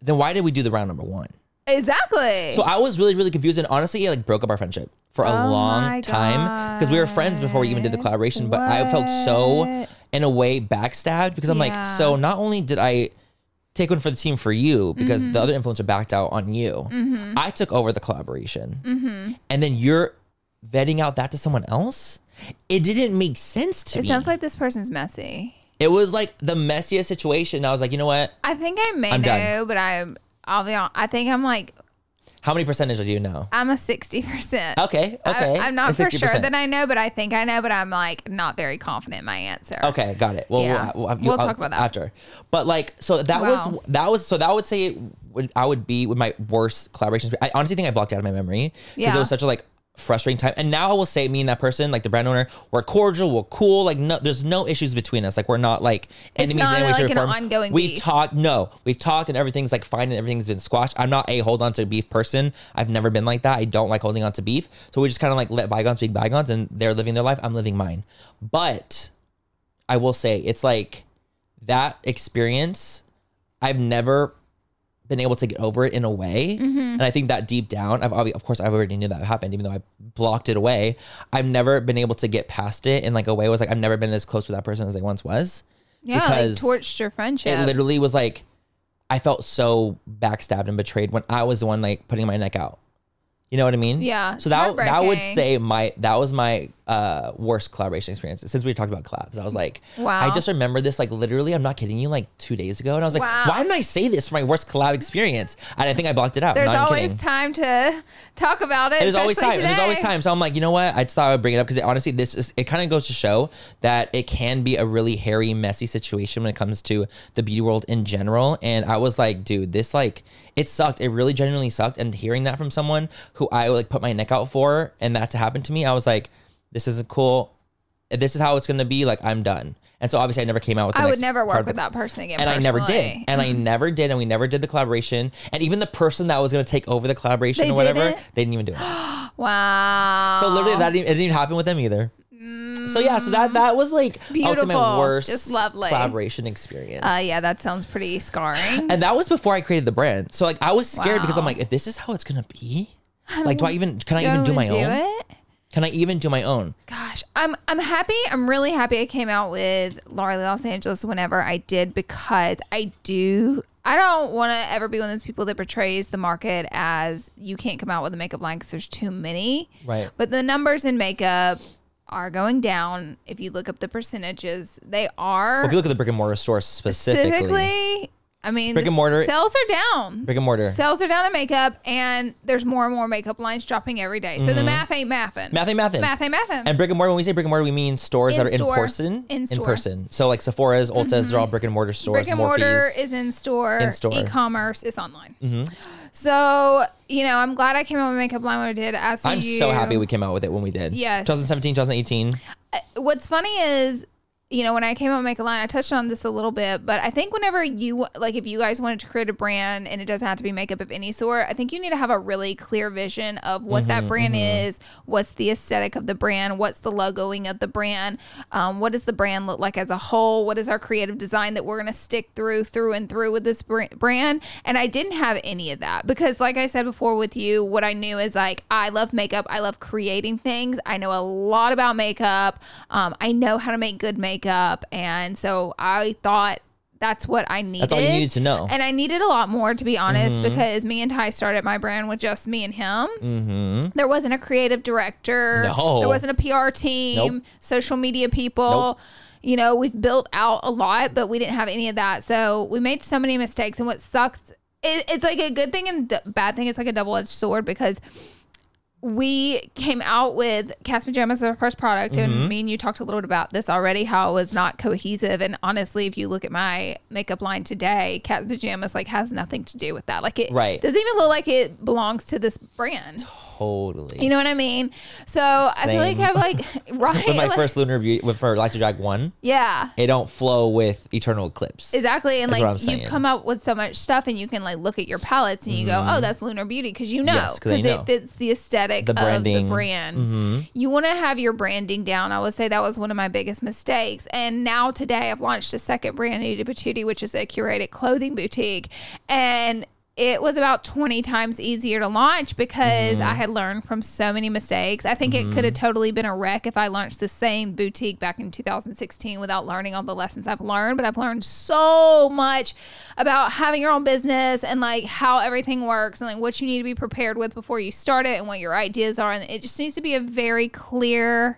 then why did we do the round number one?
exactly.
So I was really, really confused, and honestly, it like broke up our friendship for a
Oh my
long time because we were friends before we even did the
God.
collaboration. But I felt so,
What?
in a way, backstabbed because I'm
Yeah.
like, so not only did I take one for the team for you because
Mm-hmm.
the other influencer backed out on you, I took over the collaboration,
Mm-hmm.
and then you're vetting out that to someone else. It didn't make sense to
it
me.
sounds like this person's messy.
it was like the messiest situation. I was like, you know what?
I think I may
I'm
know,
done.
but I'm. I'll be. hon- I think I'm like
How many percentage do you know?
I'm a sixty percent.
Okay, Oh, okay.
I, am not for sure
60%.
that I know, but I think I know, but I'm like not very confident in my answer.
Okay, got it. Well,
Yeah.
we'll,
We'll talk about that.
after. But like, so that
Wow.
was that was so that I would say it would, I would be with my worst collaborations. I honestly think I blocked it out of my memory because
Yeah.
it was such a like frustrating time. And now I will say, me and that person, like the brand owner, we're cordial, we're cool. Like, no, there's no issues between us. Like, we're not like enemies
not
in any way,
like
shape, or
an
form.
ongoing
We've
beef.
talked. No, we've talked, and everything's like fine, and everything's been squashed. I'm not a hold on to beef person. I've never been like that. I don't like holding on to beef. So we just kind of like let bygones be bygones, and they're living their life. I'm living mine. But I will say it's like that experience. I've never been able to get over it in a way,
Mm-hmm.
and I think that deep down, I've obvi- of course I've already knew that happened, even though I blocked it away. I've never been able to get past it in like a way. It was like I've never been as close to that person as I once was.
Yeah,
Because
like torched your friendship.
It literally was like I felt so backstabbed and betrayed when I was the one like putting my neck out. You know what I mean?
Yeah,
So
it's
that that would
heartbreaking.
say my that was my uh, worst collaboration experiences since we talked about collabs. I was like,
Wow.
I just remember this like literally. I'm not kidding you. Like two days ago, and I was like,
Wow.
why didn't I say this for my worst collab experience? And I think I blocked it out.
There's
not even
always
kidding.
time to talk about it.
There's always
especially
time. There's always
today.
time. So I'm like, you know what? I just thought I would bring it up because honestly, this is it. Kind of goes to show that it can be a really hairy, messy situation when it comes to the beauty world in general. And I was like, dude, this like it sucked. It really genuinely sucked. And hearing that from someone who I like put my neck out for, and that to happen to me, I was like, this isn't cool. This is how it's gonna be. Like I'm done. And so obviously, I never came out with. The
I would
next
never
part
work
of
with
it
that person again.
and I never did,
personally. Mm-hmm.
and I never did, and we never did the collaboration, and even the person that was going to take over the collaboration
They
or whatever,
didn't?
they didn't even do it.
wow.
So literally, that didn't, it didn't even happen with them either. So yeah, so that that was like ultimate
Beautiful.
worst
Just lovely.
collaboration experience.
Uh, yeah, that sounds pretty scarring.
and that was before I created the brand. So like I was scared because I'm
Wow.
like, if this is how it's gonna be, like, do I even can I even
Don't
do my own?
It?
Can I even do my own?
Gosh, I'm I'm happy. I'm really happy I came out with Laurie Los Angeles whenever I did because I do. I don't want to ever be one of those people that portrays the market as you can't come out with a makeup line because there's too many.
Right.
But the numbers in makeup are going down. If you look up the percentages, they are
Well, if you look at the brick and mortar store specifically,
specifically. I mean,
Brick and
the
mortar-
sales are down.
brick and mortar.
Sales are down in makeup, and there's more and more makeup lines dropping every day. So
Mm-hmm.
the math ain't mathin'.
Math ain't mathin'.
Math ain't mathin'.
And brick and mortar, when we say brick and mortar, we mean stores that are in
In-store.
person.
In-store. Mm-hmm.
person. So like Sephora's, Ulta's, they're all brick and mortar stores.
brick and
Morphe's.
mortar is in store.
In-store. Mm-hmm.
E-commerce is online. So you know, I'm glad I came out with makeup line when I did. I see
I'm
you.
so happy we came out with it when we did.
Yes.
2017, 2018.
What's funny is. You know, when I came out with Make a Line, I touched on this a little bit, but I think whenever you, like, if you guys wanted to create a brand and it doesn't have to be makeup of any sort, I think you need to have a really clear vision of what
Mm-hmm,
that brand is, what's the aesthetic of the brand, what's the logoing of the brand, um, what does the brand look like as a whole, what is our creative design that we're going to stick through, through and through with this br- brand. And I didn't have any of that because, like I said before with you, what I knew is like, I love makeup. I love creating things. I know a lot about makeup. Um, I know how to make good makeup. And so I thought that's what I needed.
That's all you needed to know.
And I needed a lot more, to be honest, because me and Ty started my brand with just me and him.
Mm-hmm.
There wasn't a creative director.
No.
There wasn't a PR team,
Nope.
social media people.
Nope.
You know, we've built out a lot, but we didn't have any of that. So we made so many mistakes. And what sucks, it, it's like a good thing and d- bad thing. It's like a double edged sword because we came out with Cast Pajamas as our first product,
Mm-hmm.
and me and you talked a little bit about this already, how it was not cohesive. And honestly, if you look at my makeup line today, Cast Pajamas like has nothing to do with that. Like it
Right.
doesn't even look like it belongs to this brand.
Totally.
You know what I mean? So I feel like
Same.
I've like right.
with my
like-
first Lunar Beauty, with for Lights of Drag 1,
yeah.
it don't flow with Eternal Eclipse.
Exactly, and
That's what I'm
like
saying.
you've come up with so much stuff, and you can like look at your palettes and you go, "Oh, that's Lunar Beauty," because you know,
Mm. Yes, 'cause I
because
know.
it fits the aesthetic
The
of
branding. Mm-hmm.
the brand. You want to have your branding down. I would say that was one of my biggest mistakes. And now today, I've launched a second brand, Nudie Patootie, which is a curated clothing boutique, and it was about 20 times easier to launch because
Mm-hmm.
I had learned from so many mistakes. I think it could have totally been a wreck if I launched the same boutique back in 2016 without learning all the lessons I've learned. But I've learned so much about having your own business and like how everything works and like what you need to be prepared with before you start it and what your ideas are. And it just needs to be a very clear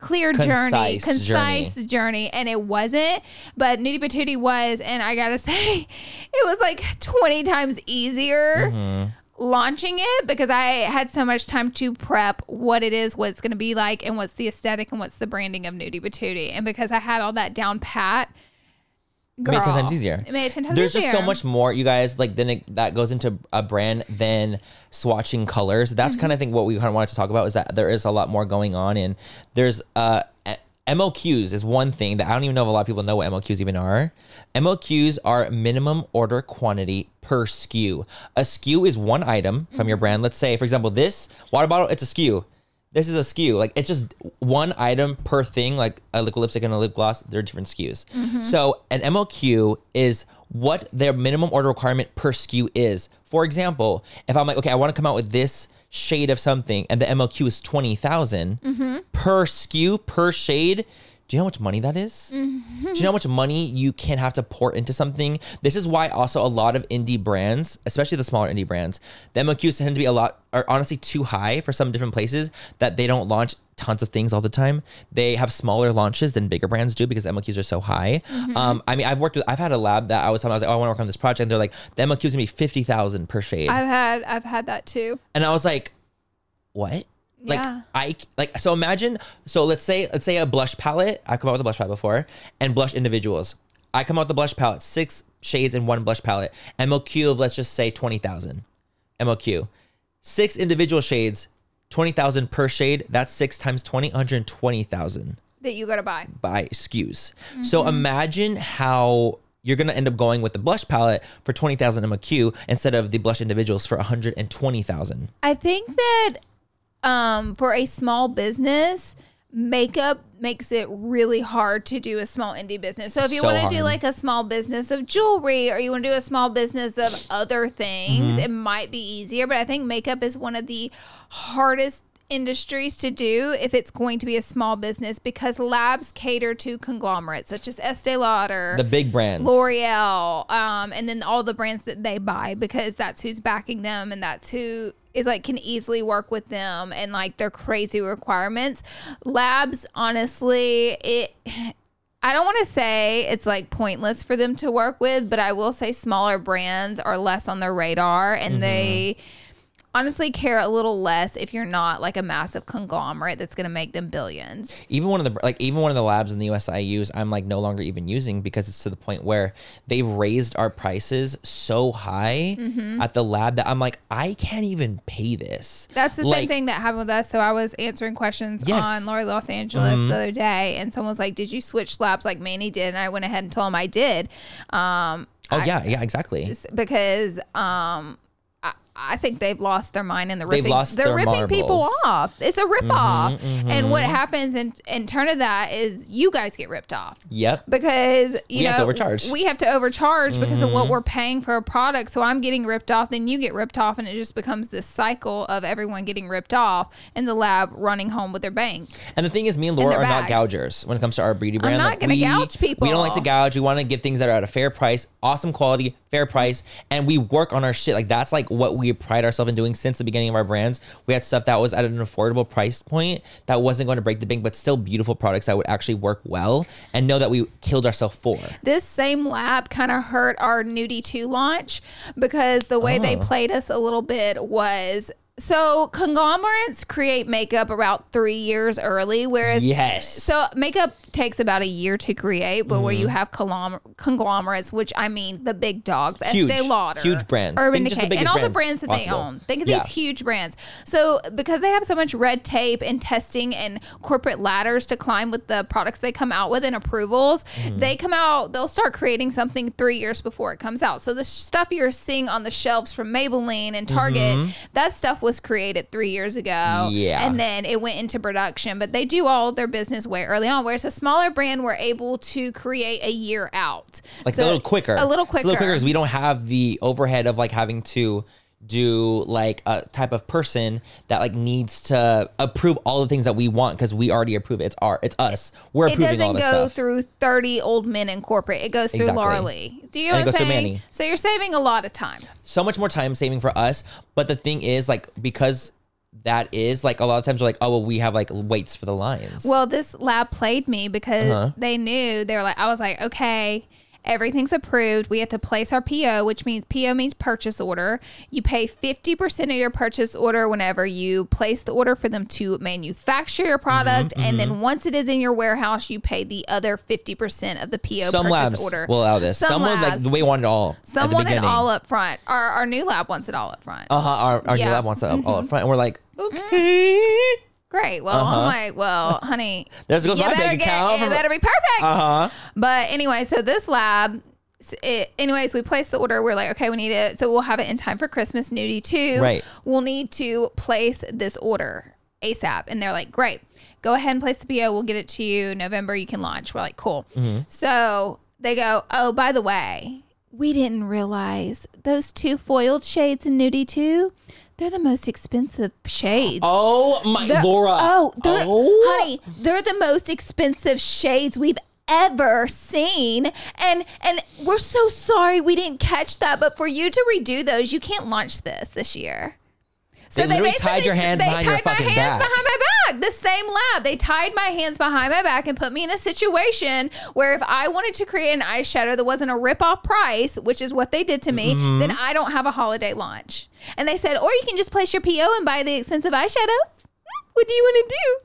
clear journey,
Concise journey.
concise journey. and it wasn't. But Nudie Patootie was, and I gotta say, it was like twenty times
Mm-hmm.
easier launching it because I had so much time to prep what it is, what it's gonna be like, and what's the aesthetic and what's the branding of Nudie Patootie, and because I had all that down pat.
Made it ten
girl,
times easier.
It made it ten times
There's
easier.
just so much more, you guys. Like then it, that goes into a brand than swatching colors. That's
Mm-hmm.
kind of thing. What we kind of wanted to talk about is that there is a lot more going on, and there's uh. e- MOQs is one thing that I don't even know if a lot of people know what MOQs even are. MOQs are minimum order quantity per SKU. A SKU is one item
Mm-hmm.
from your brand. Let's say, for example, this water bottle, it's a SKU. This is a SKU. Like it's just one item per thing, like a liquid lipstick and a lip gloss, they're different SKUs. So an MOQ is what their minimum order requirement per SKU is. For example, if I'm like, okay, I want to come out with this shade of something and the MOQ is 20,000 per SKU per shade, Do you know how much money that is? Do you know how much money you can have to pour into something? This is why also a lot of indie brands, especially the smaller indie brands, the MOQs tend to be a lot are honestly too high for some different places that they don't launch tons of things all the time. They have smaller launches than bigger brands do because the MOQs are so high. Um, I mean, I've worked with, I've had a lab that I was telling, I was like, oh, I want to work on this project. And they're like, the MOQ is gonna be 50,000 per shade.
I've had I've had that too.
and I was like, what? Like
Yeah.
I like so imagine so let's say let's say a blush palette I come out with a blush palette before and blush individuals I come out with a blush palette six shades in one blush palette MOQ of let's just say twenty thousand MOQ six individual shades twenty thousand per shade that's six times 20, 120,000
That you gotta buy.
by SKUs. So imagine how you're gonna end up going with the blush palette for twenty thousand MOQ instead of the blush individuals for one hundred and twenty thousand.
I think that um, for a small business, makeup makes it really hard to do a small indie business. So if you
So
want to do
hard.
like a small business of jewelry or you want to do a small business of other things, it might be easier. But I think makeup is one of the hardest industries to do if it's going to be a small business because labs cater to conglomerates such as Estee Lauder.
The big brands.
L'Oreal, um, and then all the brands that they buy because that's who's backing them and that's who is like can easily work with them and like their crazy requirements. Labs, honestly, it. I don't want to say it's like pointless for them to work with, but I will say smaller brands are less on their radar and they honestly care a little less if you're not like a massive conglomerate that's going to make them billions.
even one of the like even one of the labs in the US I use, I'm like no longer even using because it's to the point where they've raised our prices so high
Mm-hmm.
at the lab that I'm like I can't even pay this.
That's the same
Like,
thing that happened with us. So I was answering questions
Yes. Mm-hmm.
on Lori Los Angeles the other day, and someone was like, "Did you switch labs like Manny did?" And I went ahead and told him I did, um,
Oh yeah, yeah, exactly.
s- because um, I, I think they've lost their mind and they're
They've
ripping,
lost
they're
their
ripping people
marbles. Mm-hmm,
off. It's a rip off, and what happens in in turn of that is you guys get ripped off
Yep.
because you
We
know
have to overcharge. Mm-hmm.
we have to overcharge because of what we're paying for a product so i'm getting ripped off then you get ripped off and it just becomes this cycle of everyone getting ripped off and the lab running home with their bank
And the thing is, me and Laura
their
are not
bags.
gougers when it comes to our beauty brand.
not gonna
we,
gouge people.
We don't like to gouge. We want to get things that are at a fair price, awesome quality, fair price, and we work on our shit. Like that's like what we pride ourselves in doing since the beginning of our brands. We had stuff that was at an affordable price point that wasn't going to break the bank, but still beautiful products that would actually work well and know that we killed ourselves for.
this same lab kind of hurt our nudie 2 launch because the way
Oh.
they played us a little bit was so conglomerates create makeup about three years early whereas
Yes.
so makeup takes about a year to create but where
Mm-hmm.
you have colom- conglomerates which i mean the big dogs
Huge,
estee lauder
huge brands.
urban
Think just the
decay and
biggest
all the brands
brands
that
possible.
they own think of
Yeah.
these huge brands so because they have so much red tape and testing and corporate ladders to climb with the products they come out with and approvals
Mm-hmm.
they come out they'll start creating something three years before it comes out so the stuff you're seeing on the shelves from maybelline and target that stuff was created three years ago
Mm-hmm. Yeah.
and then it went into production but they do all their business way early on whereas a smaller brand were able to create a year out
Like
So
a little quicker.
a little
It's
quicker
A little quicker because we don't have the overhead of like having to do like a type of person that like needs to approve all the things that we want because we already approve it. It's our it's us. We're
it
approving all
doesn't
this
go
stuff.
through 30 old men in corporate. It goes through
Exactly.
Laura Lee. Do you know
And it
what I'm
goes through
saying?
Manny.
So you're saving a lot of time.
so much more time saving for us. But the thing is, like, because that is like a lot of times we're like, oh well, we have like waits for the lines.
Well, this lab played me because
Uh-huh.
they knew they were like, I was like, okay, everything's approved. We have to place our PO, which means PO means purchase order. You pay 50% of your purchase order whenever you place the order for them to manufacture your product.
Mm-hmm.
And then once it is in your warehouse, you pay the other 50% of the PO
some
purchase
labs
order.
will allow this.
Some
Some, would,
labs.
like they want it all.
Some want it all
up.
up front. Our, our new lab wants it all up front.
Uh huh. Our, our
Yeah. Mm-hmm. Mm.
new lab wants it up all up front, and we're like, okay.
Great. Well, I'm like, well, honey,
There's uh-huh. goes
you
my
better
bank
get-
account
It
from-
better be perfect.
Uh huh.
But anyway, so this lab, s- it, anyways, we placed the order. We're like, okay, we need it. So we'll have it in time for Christmas, nudie too.
Right.
We'll need to place this order ASAP. And they're like, great, go ahead and place the PO. We'll get it to you November. You can launch. We're like, cool. So they go, oh, by the way, we didn't realize those two foiled shades in nudie too. They're the most expensive shades.
Oh my
They're-
Laura.
Oh, they're-
Oh.
honey, they're the most expensive shades we've ever seen. And and we're so sorry we didn't catch that, but for you to redo those, you can't launch this this year. So
They literally tied your
basically-
hands behind your fucking
my hands
back.
behind my back. The same lab. They tied my hands behind my back and put me in a situation where if I wanted to create an eyeshadow that wasn't a rip-off price, which is what they did to me,
Mm-hmm.
then I don't have a holiday launch. And they said, or you can just place your PO and buy the expensive eyeshadows. Hmm, What do you want to do?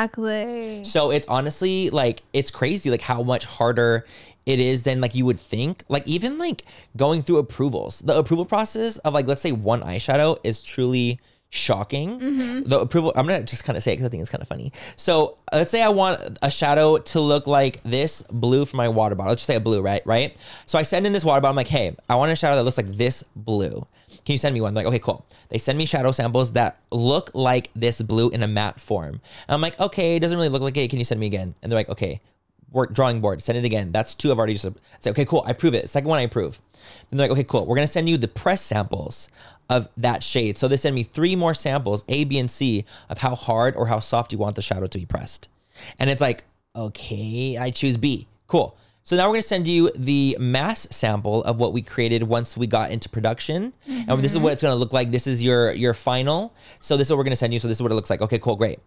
Exactly.
So it's honestly like it's crazy like how much harder it is than like you would think. Like even like going through approvals. The approval process of like let's say one eyeshadow is truly shocking. The approval I'm going to just kind of say it cuz I think it's kind of funny. So uh, let's say I want a shadow to look like this blue for my water bottle. Let's just say a blue, right? Right? So I send in this water bottle I'm like, "Hey, I want a shadow that looks like this blue." Can you send me one? They're like, okay, cool. They send me shadow samples that look like this blue in a matte form. And I'm like, okay, it doesn't really look like it. Can you send me again? And they're like, okay, work drawing board, send it again. That's two I've already just say, okay, cool, I approve it. Second one I approve. Then they're like, okay, cool. We're gonna send you the press samples of that shade. So they send me three more samples, A, B, and C, of how hard or how soft you want the shadow to be pressed. And it's like, okay, I choose B. Cool. So now we're gonna send you the mass sample of what we created once we got into production, and this is what it's gonna look like. This is your your final. So this is what we're gonna send you. So this is what it looks like. Okay, cool, great.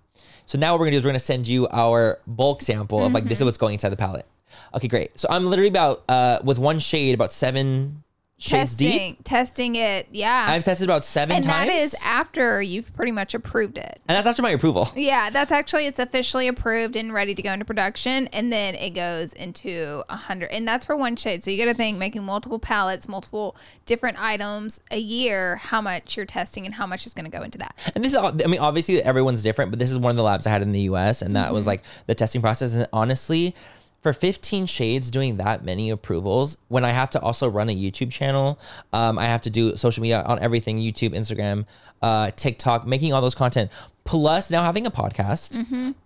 So now what we're gonna do is we're gonna send you our bulk sample of like this is what's going inside the palette. Okay, great. So I'm literally about uh with one shade about seven shades deep.
Testing, testing it, yeah,
I've tested about seven
and
times,
that is after you've pretty much approved it.
and that's after my approval.
Yeah, that's actually it's officially approved and ready to go into production, and then it goes into a hundred, and that's for one shade. So you got to think making multiple palettes, multiple different items a year, how much you're testing and how much is going to go into that.
And this is, I mean, obviously everyone's different, but this is one of the labs I had in the US, and that was like the testing process. And honestly, for 15 shades, doing that many approvals, when I have to also run a YouTube channel, um, I have to do social media on everything YouTube, Instagram, uh, TikTok, making all those content. Plus, now having a podcast,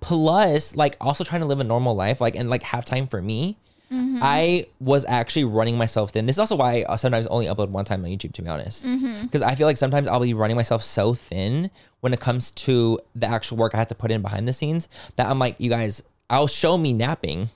plus, like, also trying to live a normal life, like, and like have time for me.
Mm-hmm.
I was actually running myself thin. This is also why I sometimes only upload one time on YouTube, to be honest. Because
Mm-hmm.
I feel like sometimes I'll be running myself so thin when it comes to the actual work I have to put in behind the scenes that I'm like, you guys, I'll show me napping.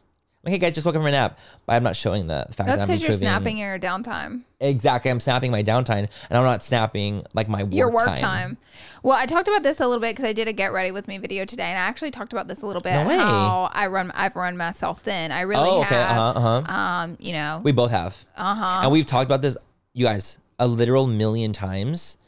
I'm like, hey guys, just woke up from a nap, but I'm not showing the fact
That's
that I'm
because you're
improving.
snapping in your downtime,
Exactly, I'm snapping my downtime, and I'm not snapping like my work
your work time. Well, I talked about this a little bit because I did a get ready with me video today, and I actually talked about this a little bit
No way.
how I run, I've run myself thin. I really
Oh, okay,
have,
uh huh, uh huh.
um, you know, Uh-huh.
We both have, uh huh, and we've talked about this. You guys, a literal million times,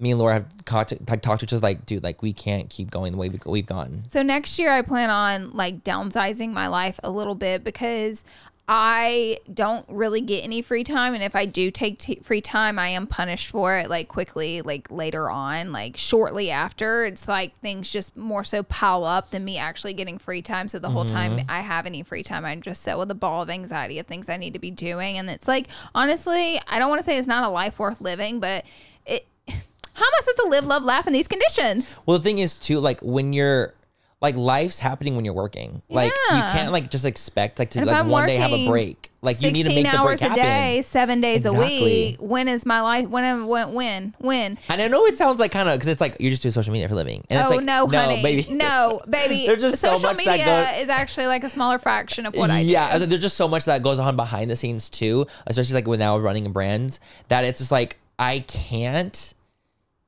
me and Laura have talked to, like, talked to each other like, dude, like we can't keep going the way we, we've gone.
So next year I plan on like downsizing my life a little bit because I don't really get any free time and if I do take t- free time I am punished for it like quickly like later on like shortly after it's like things just more so pile up than me actually getting free time so the whole time I have any free time I'm just set with a ball of anxiety of things I need to be doing and it's like honestly I don't want to say it's not a life worth living but it how am I supposed to live love laugh in these conditions
Well, the thing is too, like when you're like life's happening when you're working. Like you
Yeah.
can't like just expect like to
And if
like
I'm
one day have a
working
break. Like you need to
16
make the break
hours
happen.
a day, seven days
Exactly.
a week. When is my life? When? am- When? When? When?
And I know it sounds like kind of because it's like you just do social media for a living. And it's
oh
like
no, honey,
baby,
no, baby.
There's just so
social
much that
media
goes-
is actually like a smaller fraction of what I do.
yeah, I think there's just so much that goes on behind the scenes too, especially like with now we're running brands that it's just like I can't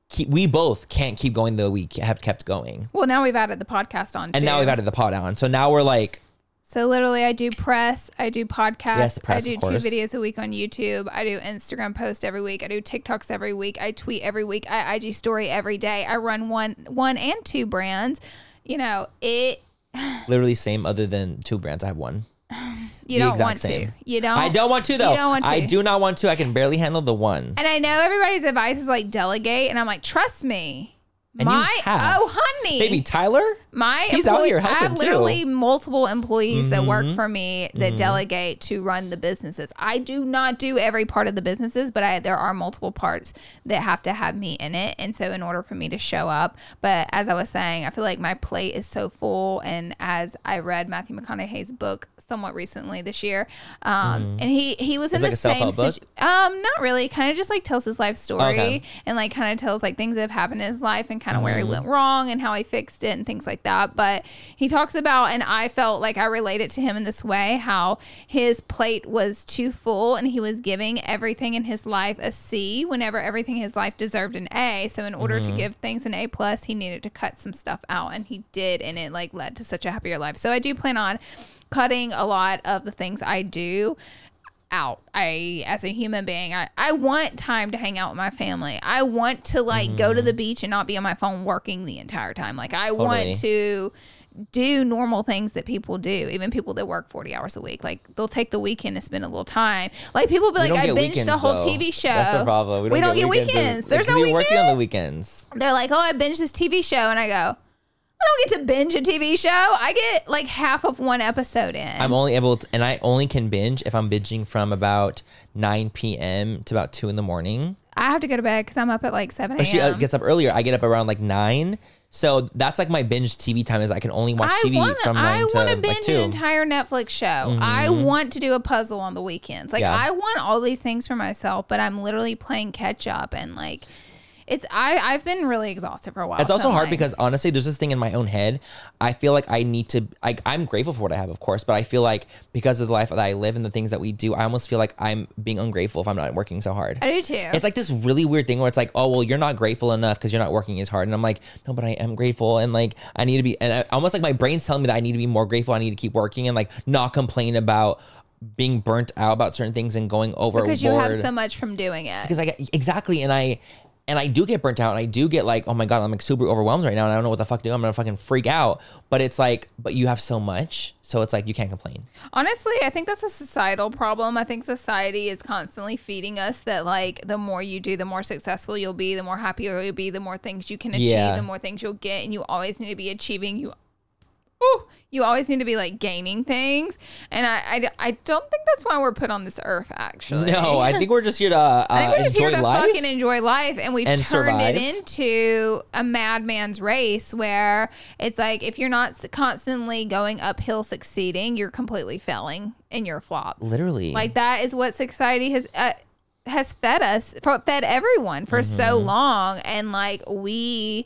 keep. We both can't keep going the week have kept going,
Well, now we've added the podcast on,
and now
too.
we've added the pod on. So now we're like,
So literally, I do press, I do podcasts,
Yes, press,
I do
of
two
course.
videos a week on YouTube, I do Instagram posts every week, I do TikToks every week, I tweet every week, I IG story every day. I run one, one and two brands. You know, it.
literally same other than two brands. I have one.
You
The
don't
exact
want
same.
to. Oh, You don't.
I don't want to though.
don't want
I
to.
do not want to. I can barely handle the one.
And I know everybody's advice is like delegate, and I'm like, trust me.
And you
my
have.
oh honey,
Baby Tyler?
my
he's out
employee-
here
I
helping,
have
too. Mm-hmm.
literally multiple employees that work for me that delegate to run the businesses. I do not do every part of the businesses, but I there are multiple parts that have to have me in it, and so in order for me to show up. But as I was saying, I feel like my plate is so full, and as I read Matthew McConaughey's book somewhat recently this year, um, and he he was in
Mm-hmm. like
the
a self-help
same
book?
situation. Um, not really. Kind of just like tells his life story
Okay.
and like kind of tells like things that have happened in his life and kind of where he went wrong and how he fixed it and things like that. But he talks about, and I felt like I related to him in this way how his plate was too full and he was giving everything in his life a C whenever everything in his life deserved an A. So in order to give things an A plus, he needed to cut some stuff out, and he did, and it like led to such a happier life. So I do plan on cutting a lot of the things I do out. I, as a human being, I, I want time to hang out with my family. I want to like go to the beach and not be on my phone working the entire time. Like I
Mm-hmm. Totally.
want to do normal things that people do, even people that work 40 hours a week. Like they'll take the weekend to spend a little time. Like people be
We
like,
don't
I
get
binged the
weekends,
whole
though.
TV show.
That's the problem. We don't,
get, weekends. There's no
we
weekend.
working on the weekends.
They're like, oh, I binged this TV show. And I go, I don't get to binge a TV show. I get like half of one episode in.
I'm only able to, and I only can binge if I'm binging from about 9 p.m. to about 2 in the morning.
I have to go to bed because I'm up at like 7
But she uh,
a.m.
gets up earlier. I get up around like 9. So that's like my binge TV time is I can only watch TV from 9
I
to
wanna
like
binge
2.
an entire Netflix show. I want to do a puzzle on the weekends. Like
Yeah.
I want all these things for myself, but I'm literally playing catch up and like it's I I've been really exhausted for a while.
It's also
so I'm
hard
like-
because honestly, there's this thing in my own head. I feel like I need to. I, I'm grateful for what I have, of course, but I feel like because of the life that I live and the things that we do, I almost feel like I'm being ungrateful if I'm not working so hard.
I do too.
It's like this really weird thing where it's like, oh well, you're not grateful enough because you're not working as hard, and I'm like, no, but I am grateful, and like I need to be, and I, almost like my brain's telling me that I need to be more grateful. I need to keep working and like not complain about being burnt out about certain things and going overboard
because you have so much from doing it.
because I get exactly, and I and I do get burnt out, and I do get like, oh my god, I'm like super overwhelmed right now, and I don't know what the fuck to do. I'm gonna fucking freak out. But it's like, but you have so much, so it's like you can't complain.
Honestly, I think that's a societal problem. I think society is constantly feeding us that like the more you do, the more successful you'll be, the more happier you'll be, the more things you can achieve,
Yeah.
the more things you'll get, and you always need to be achieving. You, Ooh, you always need to be like gaining things, and I, I, I don't think that's why we're put on this earth. Actually,
No, I think we're just here to uh,
I think we're just
enjoy
here to
life.
fucking enjoy life, and we've
and
turned
survive.
it into a madman's race where it's like if you're not s- constantly going uphill, succeeding, you're completely failing and you're a flop.
Literally,
Like that is what society has uh, has fed us, for- fed everyone for so
Mm-hmm.
long, and like we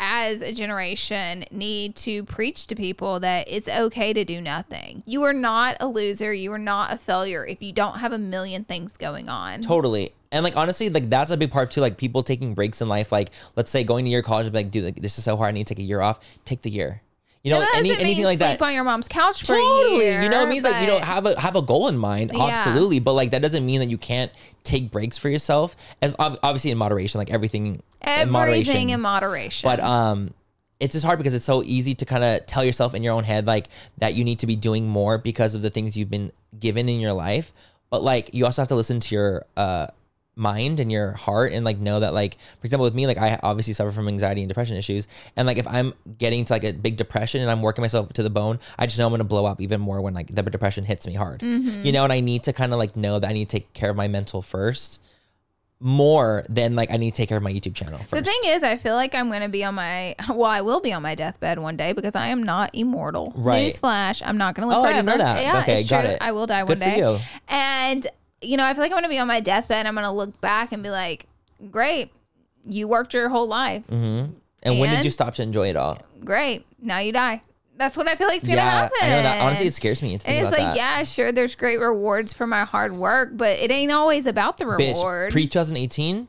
as a generation need to preach to people that it's okay to do nothing. You are not a loser. You are not a failure if you don't have a million things going on.
Totally. And like honestly, like that's a big part too. Like people taking breaks in life. Like let's say going to your college, and be like, dude, like this is so hard. I need to take a year off. Take the year. You know,
that
like any,
doesn't
anything
mean
like
sleep
that.
on your mom's couch for a
Totally.
year.
You know, it means like you don't
but-
have a have a goal in mind,
Yeah.
absolutely. But like that doesn't mean that you can't take breaks for yourself. As ob- obviously in moderation, like everything in
everything
moderation.
in moderation.
but um, it's just hard because it's so easy to kind of tell yourself in your own head like that you need to be doing more because of the things you've been given in your life. But like you also have to listen to your uh mind and your heart and like know that like for example with me like I obviously suffer from anxiety and depression issues and like if I'm getting to like a big depression and I'm working myself to the bone I just know I'm gonna blow up even more when like the depression hits me hard
Mm-hmm.
you know and I need to kind of like know that I need to take care of my mental first more than like I need to take care of my YouTube channel first
the thing is, I feel like I'm going to be on my well, I will be on my deathbed one day because I am not immortal.
Right.
Newsflash: I'm not going to live
Oh, I
forever.
didn't know that.
Yeah,
Okay,
it's
got
true.
it.
I will die
Good
one
for
day.
you.
And you know, I feel like I'm going to be on my deathbed. I'm going to look back and be like, "Great, you worked your whole life.
Mm. Mm-hmm. and, when did
and-
you stop to enjoy it all
Great, now you die." That's what I feel like is going to
yeah
happen.
I know that honestly it scares me to think
And it's
about
like,
that.
yeah, sure, there's great rewards for my hard work, but it ain't always about the reward.
bitch pre 2018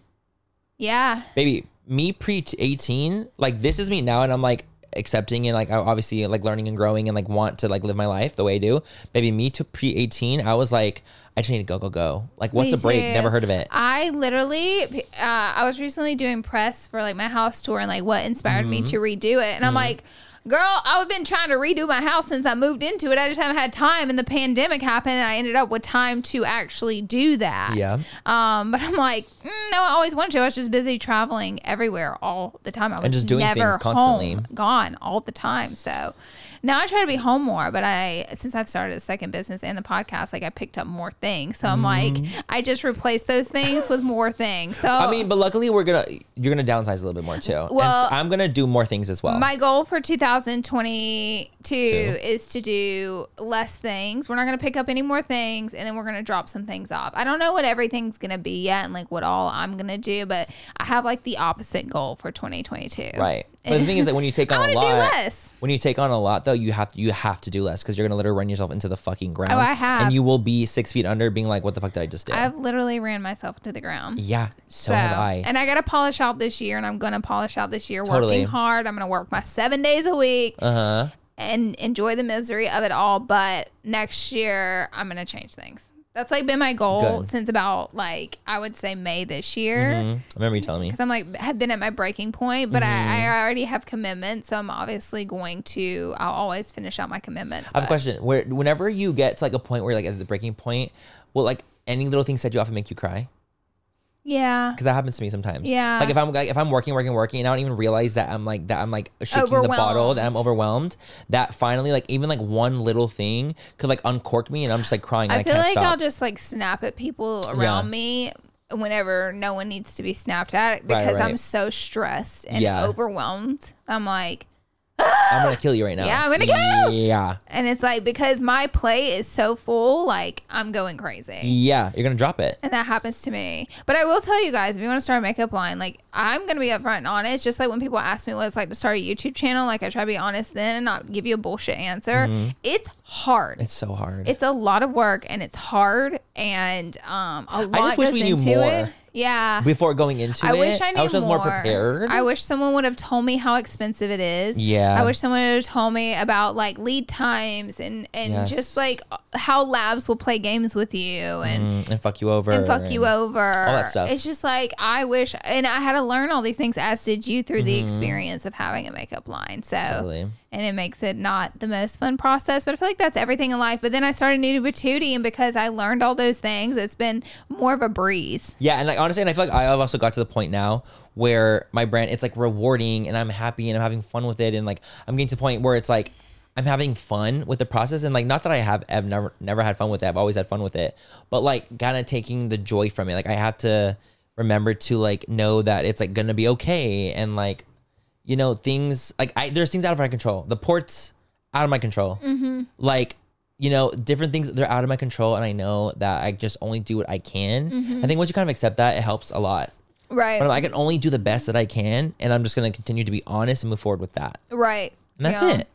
yeah.
baby, me pre 18, like this is me now, and I'm like accepting and like I obviously like learning and growing and like want to like live my life the way I do. Baby, me to pre 18, I was like, I just need to go, go, go. Like, what's
Me
a break?
too.
Never heard of it.
I literally, uh, I was recently doing press for like my house tour and like what inspired me
Mm-hmm.
to redo it. And I'm like, girl, I've been trying to redo my house since I moved into it. I just haven't had time. And the pandemic happened and I ended up with time to actually do that.
Yeah.
Um, but I'm like, mm, no, I always wanted to. I was just busy traveling everywhere all the time. I was
just doing
never
things constantly.
home, gone all the time. So now I try to be home more. But I, since I've started a second business and the podcast, like I picked up more things. So I'm like, I just replaced those things with more things. So
Mm. I mean, but luckily we're gonna you're gonna downsize a little bit more too. And s-
Well-
I'm gonna do more things as well.
My goal for 2022 is to do less things. We're not going to pick up any more things, and then we're going to drop some things off. I don't know what everything's going to be yet, and like what all I'm going to do, but I have like the opposite goal for 2022.
right. But the thing is that when you take
I
on
want
a
to do
lot,
less.
when you take on a lot though, you have to you have to do less because you're gonna literally run yourself into the fucking ground.
Oh, I have.
And you will be six feet under, being like, "What the fuck did I just do?"
I've literally ran myself into the ground.
yeah, so, have I.
And I got to polish out this year, and I'm going to polish out this year
Totally.
working hard. I'm going to work my seven days a week
Uh huh.
and enjoy the misery of it all. But next year, I'm going to change things. That's like been my goal
Good.
since about like I would say May this year.
Mhm. I remember you telling me.
Because I'm like have been at my breaking point, but I,
Mm-hmm.
I already have commitments, so I'm obviously going to. I'll always finish out my commitments.
I have a
but-
question. Where whenever you get to like a point where you're, like at the breaking point, will like any little thing set you off and make you cry?
yeah,
Because that happens to me sometimes.
Yeah.
Like if I'm like, if I'm working, working, working, and I don't even realize that I'm like that I'm like shaking the bottle, that I'm overwhelmed. That finally, like even like one little thing could like uncork me, and I'm just like crying. And I,
I feel
can't
like
stop.
I'll just like snap at people around
Yeah.
me whenever no one needs to be snapped at because I'm
right.
so stressed and
Yeah.
overwhelmed. I'm like,
I'm gonna kill you right now.
Yeah, I'm gonna kill
you. Yeah.
and it's like because my plate is so full, like I'm going crazy.
Yeah. You're gonna drop it.
And that happens to me. But I will tell you guys, if you want to start a makeup line, like I'm gonna be upfront and honest. Just like when people ask me what it's like to start a YouTube channel, like I try to be honest then and not give you a bullshit answer. It's hard.
Mm-hmm. It's so hard.
It's a lot of work and it's hard and um a lot
wish
goes
we knew
into
more.
it. Yeah.
before going into
I
it,
wish I knew
wish I was more prepared.
I wish someone would have told me how expensive it is.
Yeah.
I wish someone would have told me about like lead times and and
Yes.
just like how labs will play games with you and
Mm, and fuck you over.
and fuck you over. All
that stuff.
It's just like I wish, and I had to learn all these things, as did you, through the experience of having a makeup line. So,
Mm-hmm. Totally.
and it makes it not the most fun process, but I feel like that's everything in life. But then I started Nudie Batootie, and because I learned all those things, it's been more of a breeze.
Yeah, and like honestly, and I feel like I've also got to the point now where my brand it's like rewarding, and I'm happy, and I'm having fun with it, and like I'm getting to the point where it's like I'm having fun with the process, and like not that I have I've never never had fun with it, I've always had fun with it, but like kind of taking the joy from it. Like I have to remember to like know that it's like gonna be okay, and like you know things like I there's things out of my control. The ports out of my control. Like you know different things they're out of my control, and I know that I just only do what I can.
Mm-hmm.
I think once you kind of accept that, it helps a lot.
Right.
But I can only do the best that I can, and I'm just gonna continue to be honest and move forward with that.
right.
And that's
yeah.
it.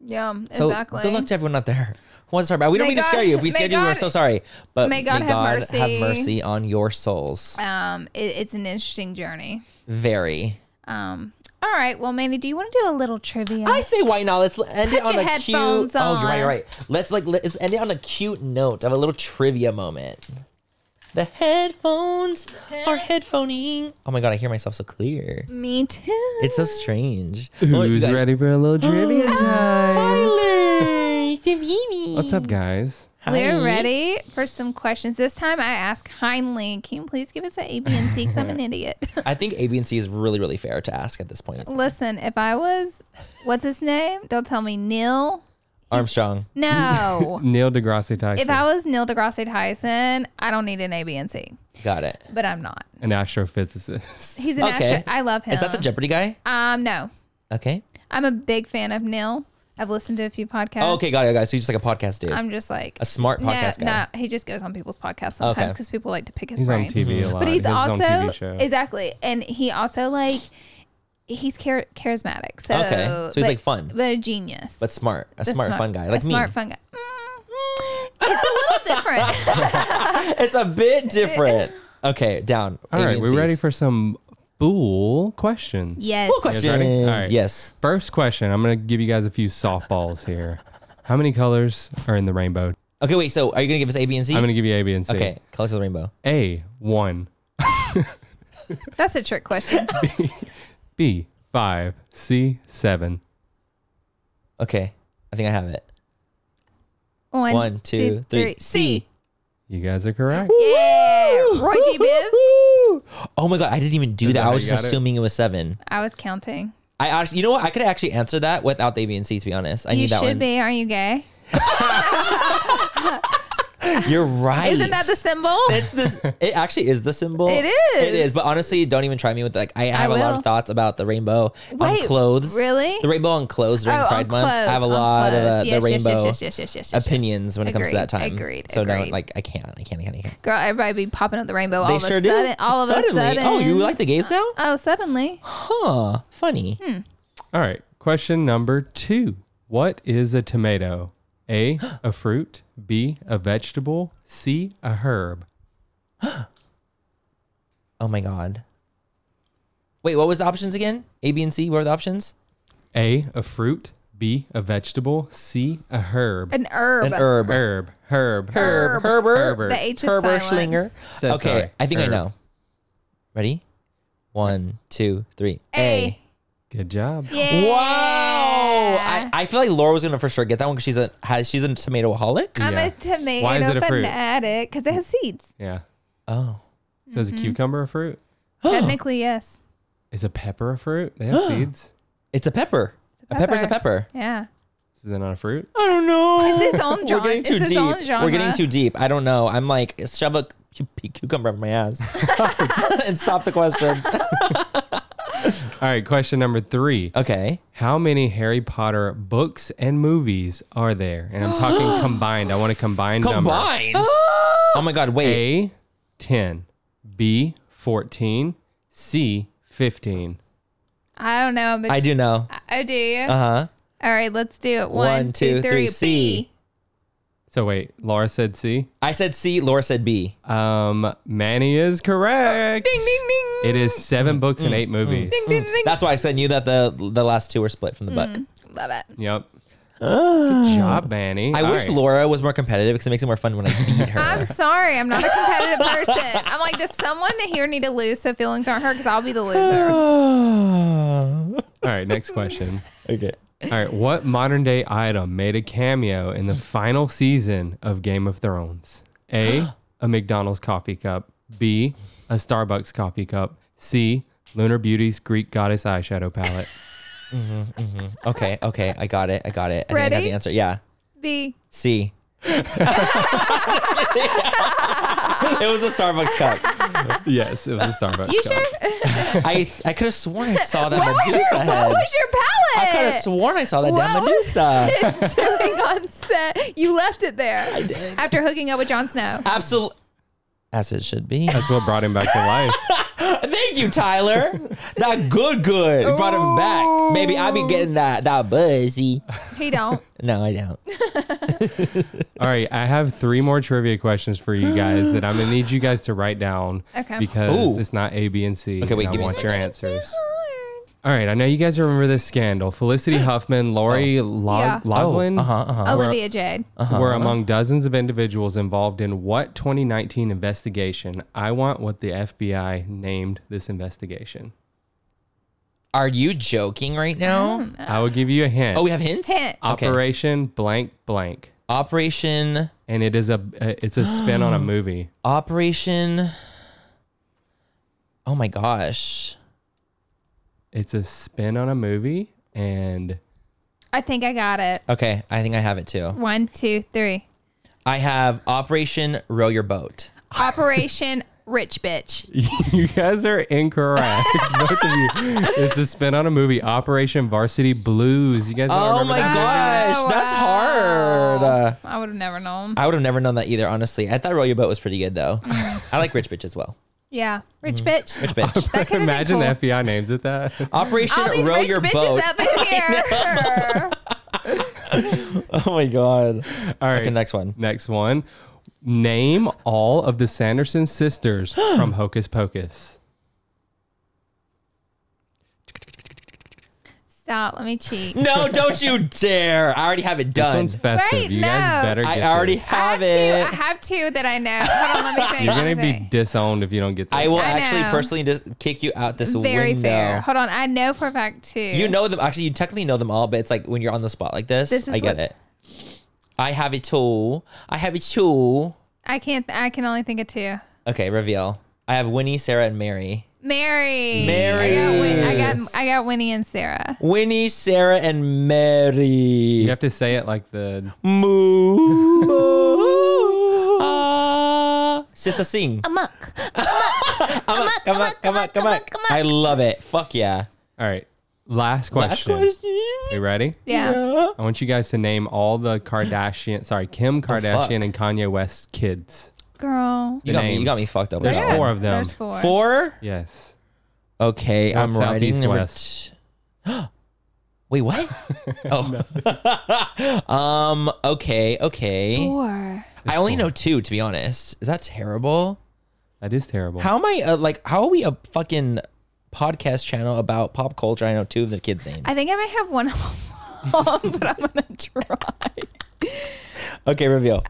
Yeah.
So
exactly.
good luck to everyone out there. Who wants to start? We don't
May
mean to scare
God-
you. If we
may
scared you, we're
God-
so sorry. But
may God have mercy.
have mercy on your souls.
um, it, it's an interesting journey.
Very.
Um, all right. Well, Mandy, do you want to do a little trivia?
I say why not? Let's end
Put
it on
your
a cute.
headphones
Oh, you're right,
on.
you're right. Let's like let's end it on a cute note of a little trivia moment. The headphones are headphoning. Oh my god, I hear myself so clear.
Me too.
It's so strange. Oh, you
Who's
guys-
ready for a little trivia time?
Tyler, Savini.
What's up, guys?
Hi.
We're ready for some questions. This time I ask Heinlein, can you please give us an A, B, and C? Because I'm an idiot.
I think A, B, and C is really, really fair to ask at this point.
Listen, if I was, what's his name? Don't tell me Neil.
Armstrong.
No.
Neil deGrasse Tyson,
if I was Neil deGrasse Tyson, I don't need an A, B, and C,
Got it.
but I'm not.
an astrophysicist.
He's an
Okay.
astro. I love him.
Is that the Jeopardy guy?
Um, no.
Okay.
I'm a big fan of Neil. I've listened to a few podcasts.
Oh, okay, got it, guys. So he's just like a podcast dude.
I'm just like
a smart podcast
no,
guy.
No, he just goes on people's podcasts sometimes
Okay.
because people like to pick his
He's
brain.
on TV a lot.
but he's
He has his
also
own TV show.
exactly, and he also like he's char- charismatic. So
Okay, so he's,
but-
like, fun.
but a genius.
But smart. A
But
smart, fun guy.
a
Like me.
smart fun guy. Mm, it's a little different.
it's a bit different. Okay, down.
All right,
A, B, and
we're ready
Cs.
for some fool questions.
yes.
Full
guys
questions.
ready? All right.
Yes.
First question. I'm gonna give you guys a few softballs here. How many colors are in the rainbow?
Okay, wait. So are you gonna give us A, B, and C?
I'm gonna give you A, B, and C.
okay. Colors of the rainbow.
A one,
That's a trick question.
B five, C seven.
Okay. I think I have it.
One,
One, two, three.
C.
You guys are correct.
Yeah. Roy G. Biv.
Woo! Oh my god, I didn't even do
Is
that.
that
I
how
was
you
just
got it?
assuming it? was seven.
I was counting.
I actually, you know what? I could actually answer that without the A, B, and C. To be honest, I
you
knew that
should
one.
be. Are you gay?
You're right.
Isn't that the symbol?
It's this. It actually is the symbol.
It
It
is.
is. But honestly, don't even try me with like. I have a lot
will.
of thoughts about the rainbow
Wait,
on clothes.
really? Oh,
The rainbow on clothes during
on
Pride Month. I have a
clothes, on
lot of
clothes.
uh,
Yes,
the
yes, yes,
rainbow
yes, yes, yes, yes, yes, yes.
opinions when it comes to
Agreed,
that time.
agreed,
So
agreed.
no, like I can't. I can't. I can't. I can't.
Girl, everybody be popping up the rainbow all
they
of
sure
a sudden.
do.
All of
Suddenly.
a sudden.
Oh, you like the gays now?
Oh, suddenly.
Huh. Funny.
Hmm.
All right. Question number two. What is a tomato? A a fruit. B a vegetable. C a herb.
Oh my god. Wait, what was the options again? A, B, and C. What were the options?
A a fruit. B a vegetable. C a herb.
An herb.
An herb.
Herb. Herb.
Herb.
Herber.
Herber.
The H is
Herber
silent.
Schlinger.
Says
okay,
sorry. Er,
I think
Herb.
I know. Ready? One, two, three.
A.
Good job.
Yeah.
Wow! I, I feel like Laura was gonna for sure get that one because she's a has she's a tomatoholic.
I'm
Yeah.
a tomato
Why is it a fruit?
fanatic because it has seeds.
Yeah.
Oh,
So
Mm-hmm.
is a cucumber a fruit?
Technically, yes.
Is a pepper a fruit? They have seeds.
it's a pepper.
a
a, pepper's a
pepper.
pepper.
Yeah.
Is that not a fruit?
I don't know.
It's its own
We're
genre.
getting
It's
too
its
deep.
own
We're
genre.
getting too deep. I don't know. I'm like shove a cu- cu- cucumber up my ass and stop the question.
All right. Question number three.
Okay.
How many Harry Potter books and movies are there? And I'm talking combined. I want a combined, number.
Combined. Oh my god. Wait.
A, 10. B, 14. C, 15.
I don't know. But
I do know.
Oh, do you?
Uh huh.
All right, let's do it. One,
One,
two,
two,
three.
three, C.
So wait, Laura said C.
I said C. Laura said B.
Um, Manny is correct.
Ding, ding, ding. Mm,
It is seven books and eight movies.
Ding, ding,
That's why I said knew that the the last two were split from the buck.
ding. Love it.
Yep. Good job, Manny.
I
All
wish
right.
Laura was more competitive because it makes it more fun when I beat her.
I'm sorry. I'm not a competitive person. I'm like, does someone here need to lose so feelings aren't hurt? Because I'll be the loser.
All right, next question.
okay.
All right, what modern day item made a cameo in the final season of Game of Thrones? A, a McDonald's coffee cup. B, a Starbucks coffee cup. C, Lunar Beauty's Greek goddess eyeshadow palette.
Okay. Okay. I got it. I got it. I think I got
Ready?
the answer. Yeah.
B.
C. it was a Starbucks cup.
yes, it was a Starbucks
You
cup.
sure?
I I could have sworn I saw that
what, was your,
Medusa
what
head.
was your
I
palette?
could have sworn I saw that damn
What was-
Medusa.
doing on set. You left it there after hooking up with Jon Snow.
Absolutely. As it should be.
That's what brought him back to life.
Thank you, Tyler. that good, good brought him back. Maybe I be getting that that buzzy.
He don't.
No, I don't.
All right, I have three more trivia questions for you guys that I'm gonna need you guys to write down
Okay.
because
Ooh.
it's not A, B, and C.
Okay, wait,
and I
give me a
want your answers. All right, I know you guys remember this scandal. Felicity Huffman, Lori
Oh.
Log-
Yeah.
Loughlin
uh huh, uh huh.
Olivia Jade.
Uh, uh-huh,
were among dozens of individuals involved in what 2019 investigation? I want what the FBI named this investigation.
Are you joking right now?
I will give you a hint.
Oh, we have hints.
Hint.
Okay.
Operation blank blank,
Operation.
and it is a uh, it's a spin on a movie.
Operation. Oh my gosh.
It's a spin on a movie, and
I think I got it.
Okay, I think I have it too.
One, two, three.
I have Operation Row Your Boat.
Operation Rich Bitch.
you guys are incorrect. Both of you. It's a spin on a movie. Operation Varsity Blues. You guys. Don't
Oh
remember
my
that movie?
gosh,
Oh,
that's
wow.
hard. Uh,
I would have never known.
I would have never known that either, honestly. I thought Row Your Boat was pretty good though. I like Rich Bitch as well.
Yeah, Rich Bitch.
Mm. Rich Bitch.
That could have been
Imagine
cool.
the FBI names it that.
Operation
All these
Row
rich
Your
bitches
Boat.
up in here.
Oh my god.
All right.
Okay, next one.
Next one. Name all of the Sanderson sisters from Hocus Pocus.
Stop. Let me cheat.
No, don't you dare. I already have it
This
done.
one's festive.
Right?
you guys
No.
better get
I already
this.
I have
have
two.
it.
I have two that I know. Hold on. Let me say
You're gonna
something.
be disowned if you don't get this.
I will
I
actually
know.
personally just kick you out this
Very
window.
fair. Hold on. I know for a fact two.
You know them. Actually, you technically know them all, but it's like when you're on the spot like this,
This is
I get
what's-
it. I have it too. I have it too.
I can't. I can only think of two.
Okay, reveal. I have Winnie, Sarah, and Mary.
Mary.
Mary.
I got, Win- I got. I got Winnie and Sarah.
Winnie, Sarah, and Mary.
You have to say it like the.
Moo. Ah. Sister Singh.
Amok.
Come on, come on, come on, come on. I love it. Fuck yeah.
All right. Last
Last
question.
question.
You ready?
Yeah.
I want you guys to name all the Kardashian, sorry,
Oh,
Kim Kardashian and Kanye West's kids.
Girl.
You
The
got me- you got me
names.
fucked up with
There's
that one.
four of them.
There's four.
Four?
Yes.
Okay,
Not
I'm writing
Southeast
number
West.
t- Wait, what? oh. um, okay, okay.
Four.
I only know two to be honest. Is that terrible?
That is terrible.
How am I uh, like how are we a fucking podcast channel about pop culture? I know two of the kids' names.
I think I may have one wrong, but I'm gonna try.
okay, reveal.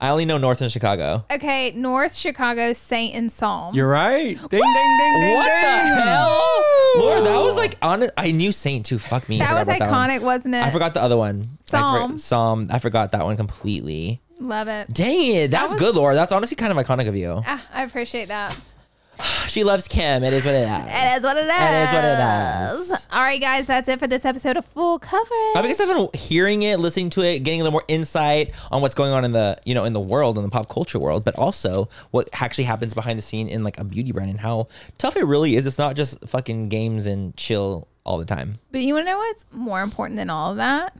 I only know North and Chicago.
Okay, North Chicago Saint and Psalm.
You're right. Ding, ding, ding, ding.
What the
ding.
hell? Lord, that was like on I knew Saint too. Fuck me. I
that was
forgot about one.
iconic, wasn't it?
I forgot the other one. I
Psalm.
for, Psalm. I forgot that one completely.
Love it.
Dang it. That's
was-
good, Laura. That's honestly kind of iconic of you.
Ah, I appreciate that.
She loves Kim. It is what it is.
It is what it is.
It is what it is.
All right, guys, that's it for this episode of Full Coverage.
I guess I've been hearing it, listening to it, getting a little more insight on what's going on in the you know in the world, in the pop culture world, but also what actually happens behind the scene in like a beauty brand and how tough it really is. It's not just fucking games and chill all the time.
but you want to know what's more important than all of that?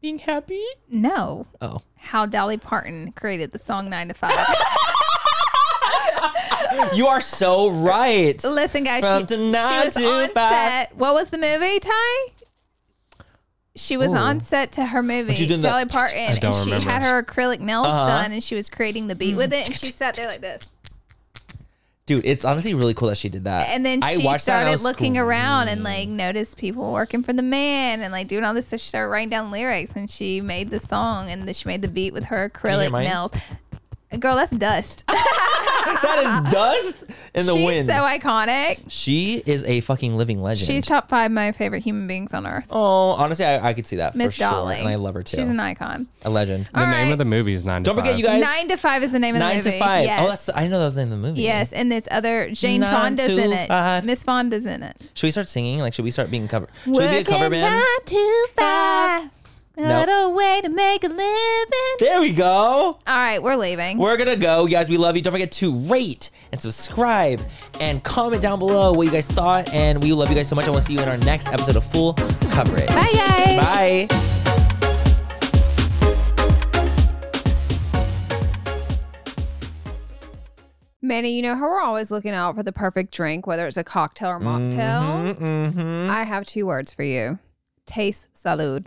Being happy.
No.
Oh.
How Dolly Parton created the song 9 to 5.
You are so right.
Listen, guys,
From
she, she
tonight
was
to
on
five.
set. What was the movie, Ty? She was on set to her movie,
you doing that-
Dolly Parton,
don't
and she
remember.
had her acrylic nails
Uh-huh.
done, and she was creating the
Mm.
beat with it, and she sat there like this,
Dude, it's honestly really cool that she did that.
and then
I
she
watched that and I
started
was
looking
cool.
around and like noticed people working for the man and like doing all this stuff. She started writing down lyrics, and she made the song, and then she made the beat with her
you hear
acrylic
mine?
nails. Girl, that's dust.
That is dust in the
She's
wind.
so iconic.
she is a fucking living legend.
She's top five my favorite human beings on earth.
Oh, honestly, I, I could see that
Miss
for
Dolly,
sure, and I love her too.
She's an icon.
a legend.
The
All
name
right.
of the movie is nine. to
Don't forget,
Five.
you guys.
Nine to five is the name of
Nine
the movie.
to five.
Yes.
Oh, that's the, I know that was the name of the movie.
yes, and it's other Jane
Nine
Fonda's
to
in it.
five.
Miss Fonda's in it.
Should we start singing? Like, should we start being cover? Should we be a cover
Working
band?
Nine to five. Got a way to make a living.
There we go.
All right, we're leaving.
We're gonna go, you guys. We love you. Don't forget to rate and subscribe and comment down below what you guys thought. And we love you guys so much. I want to see you in our next episode of Full Coverage.
Bye, guys.
Bye.
Manny, you know how we're always looking out for the perfect drink, whether it's a Mm-hmm.
Mm-hmm.
cocktail or mocktail? I have two words for you. Taste salud.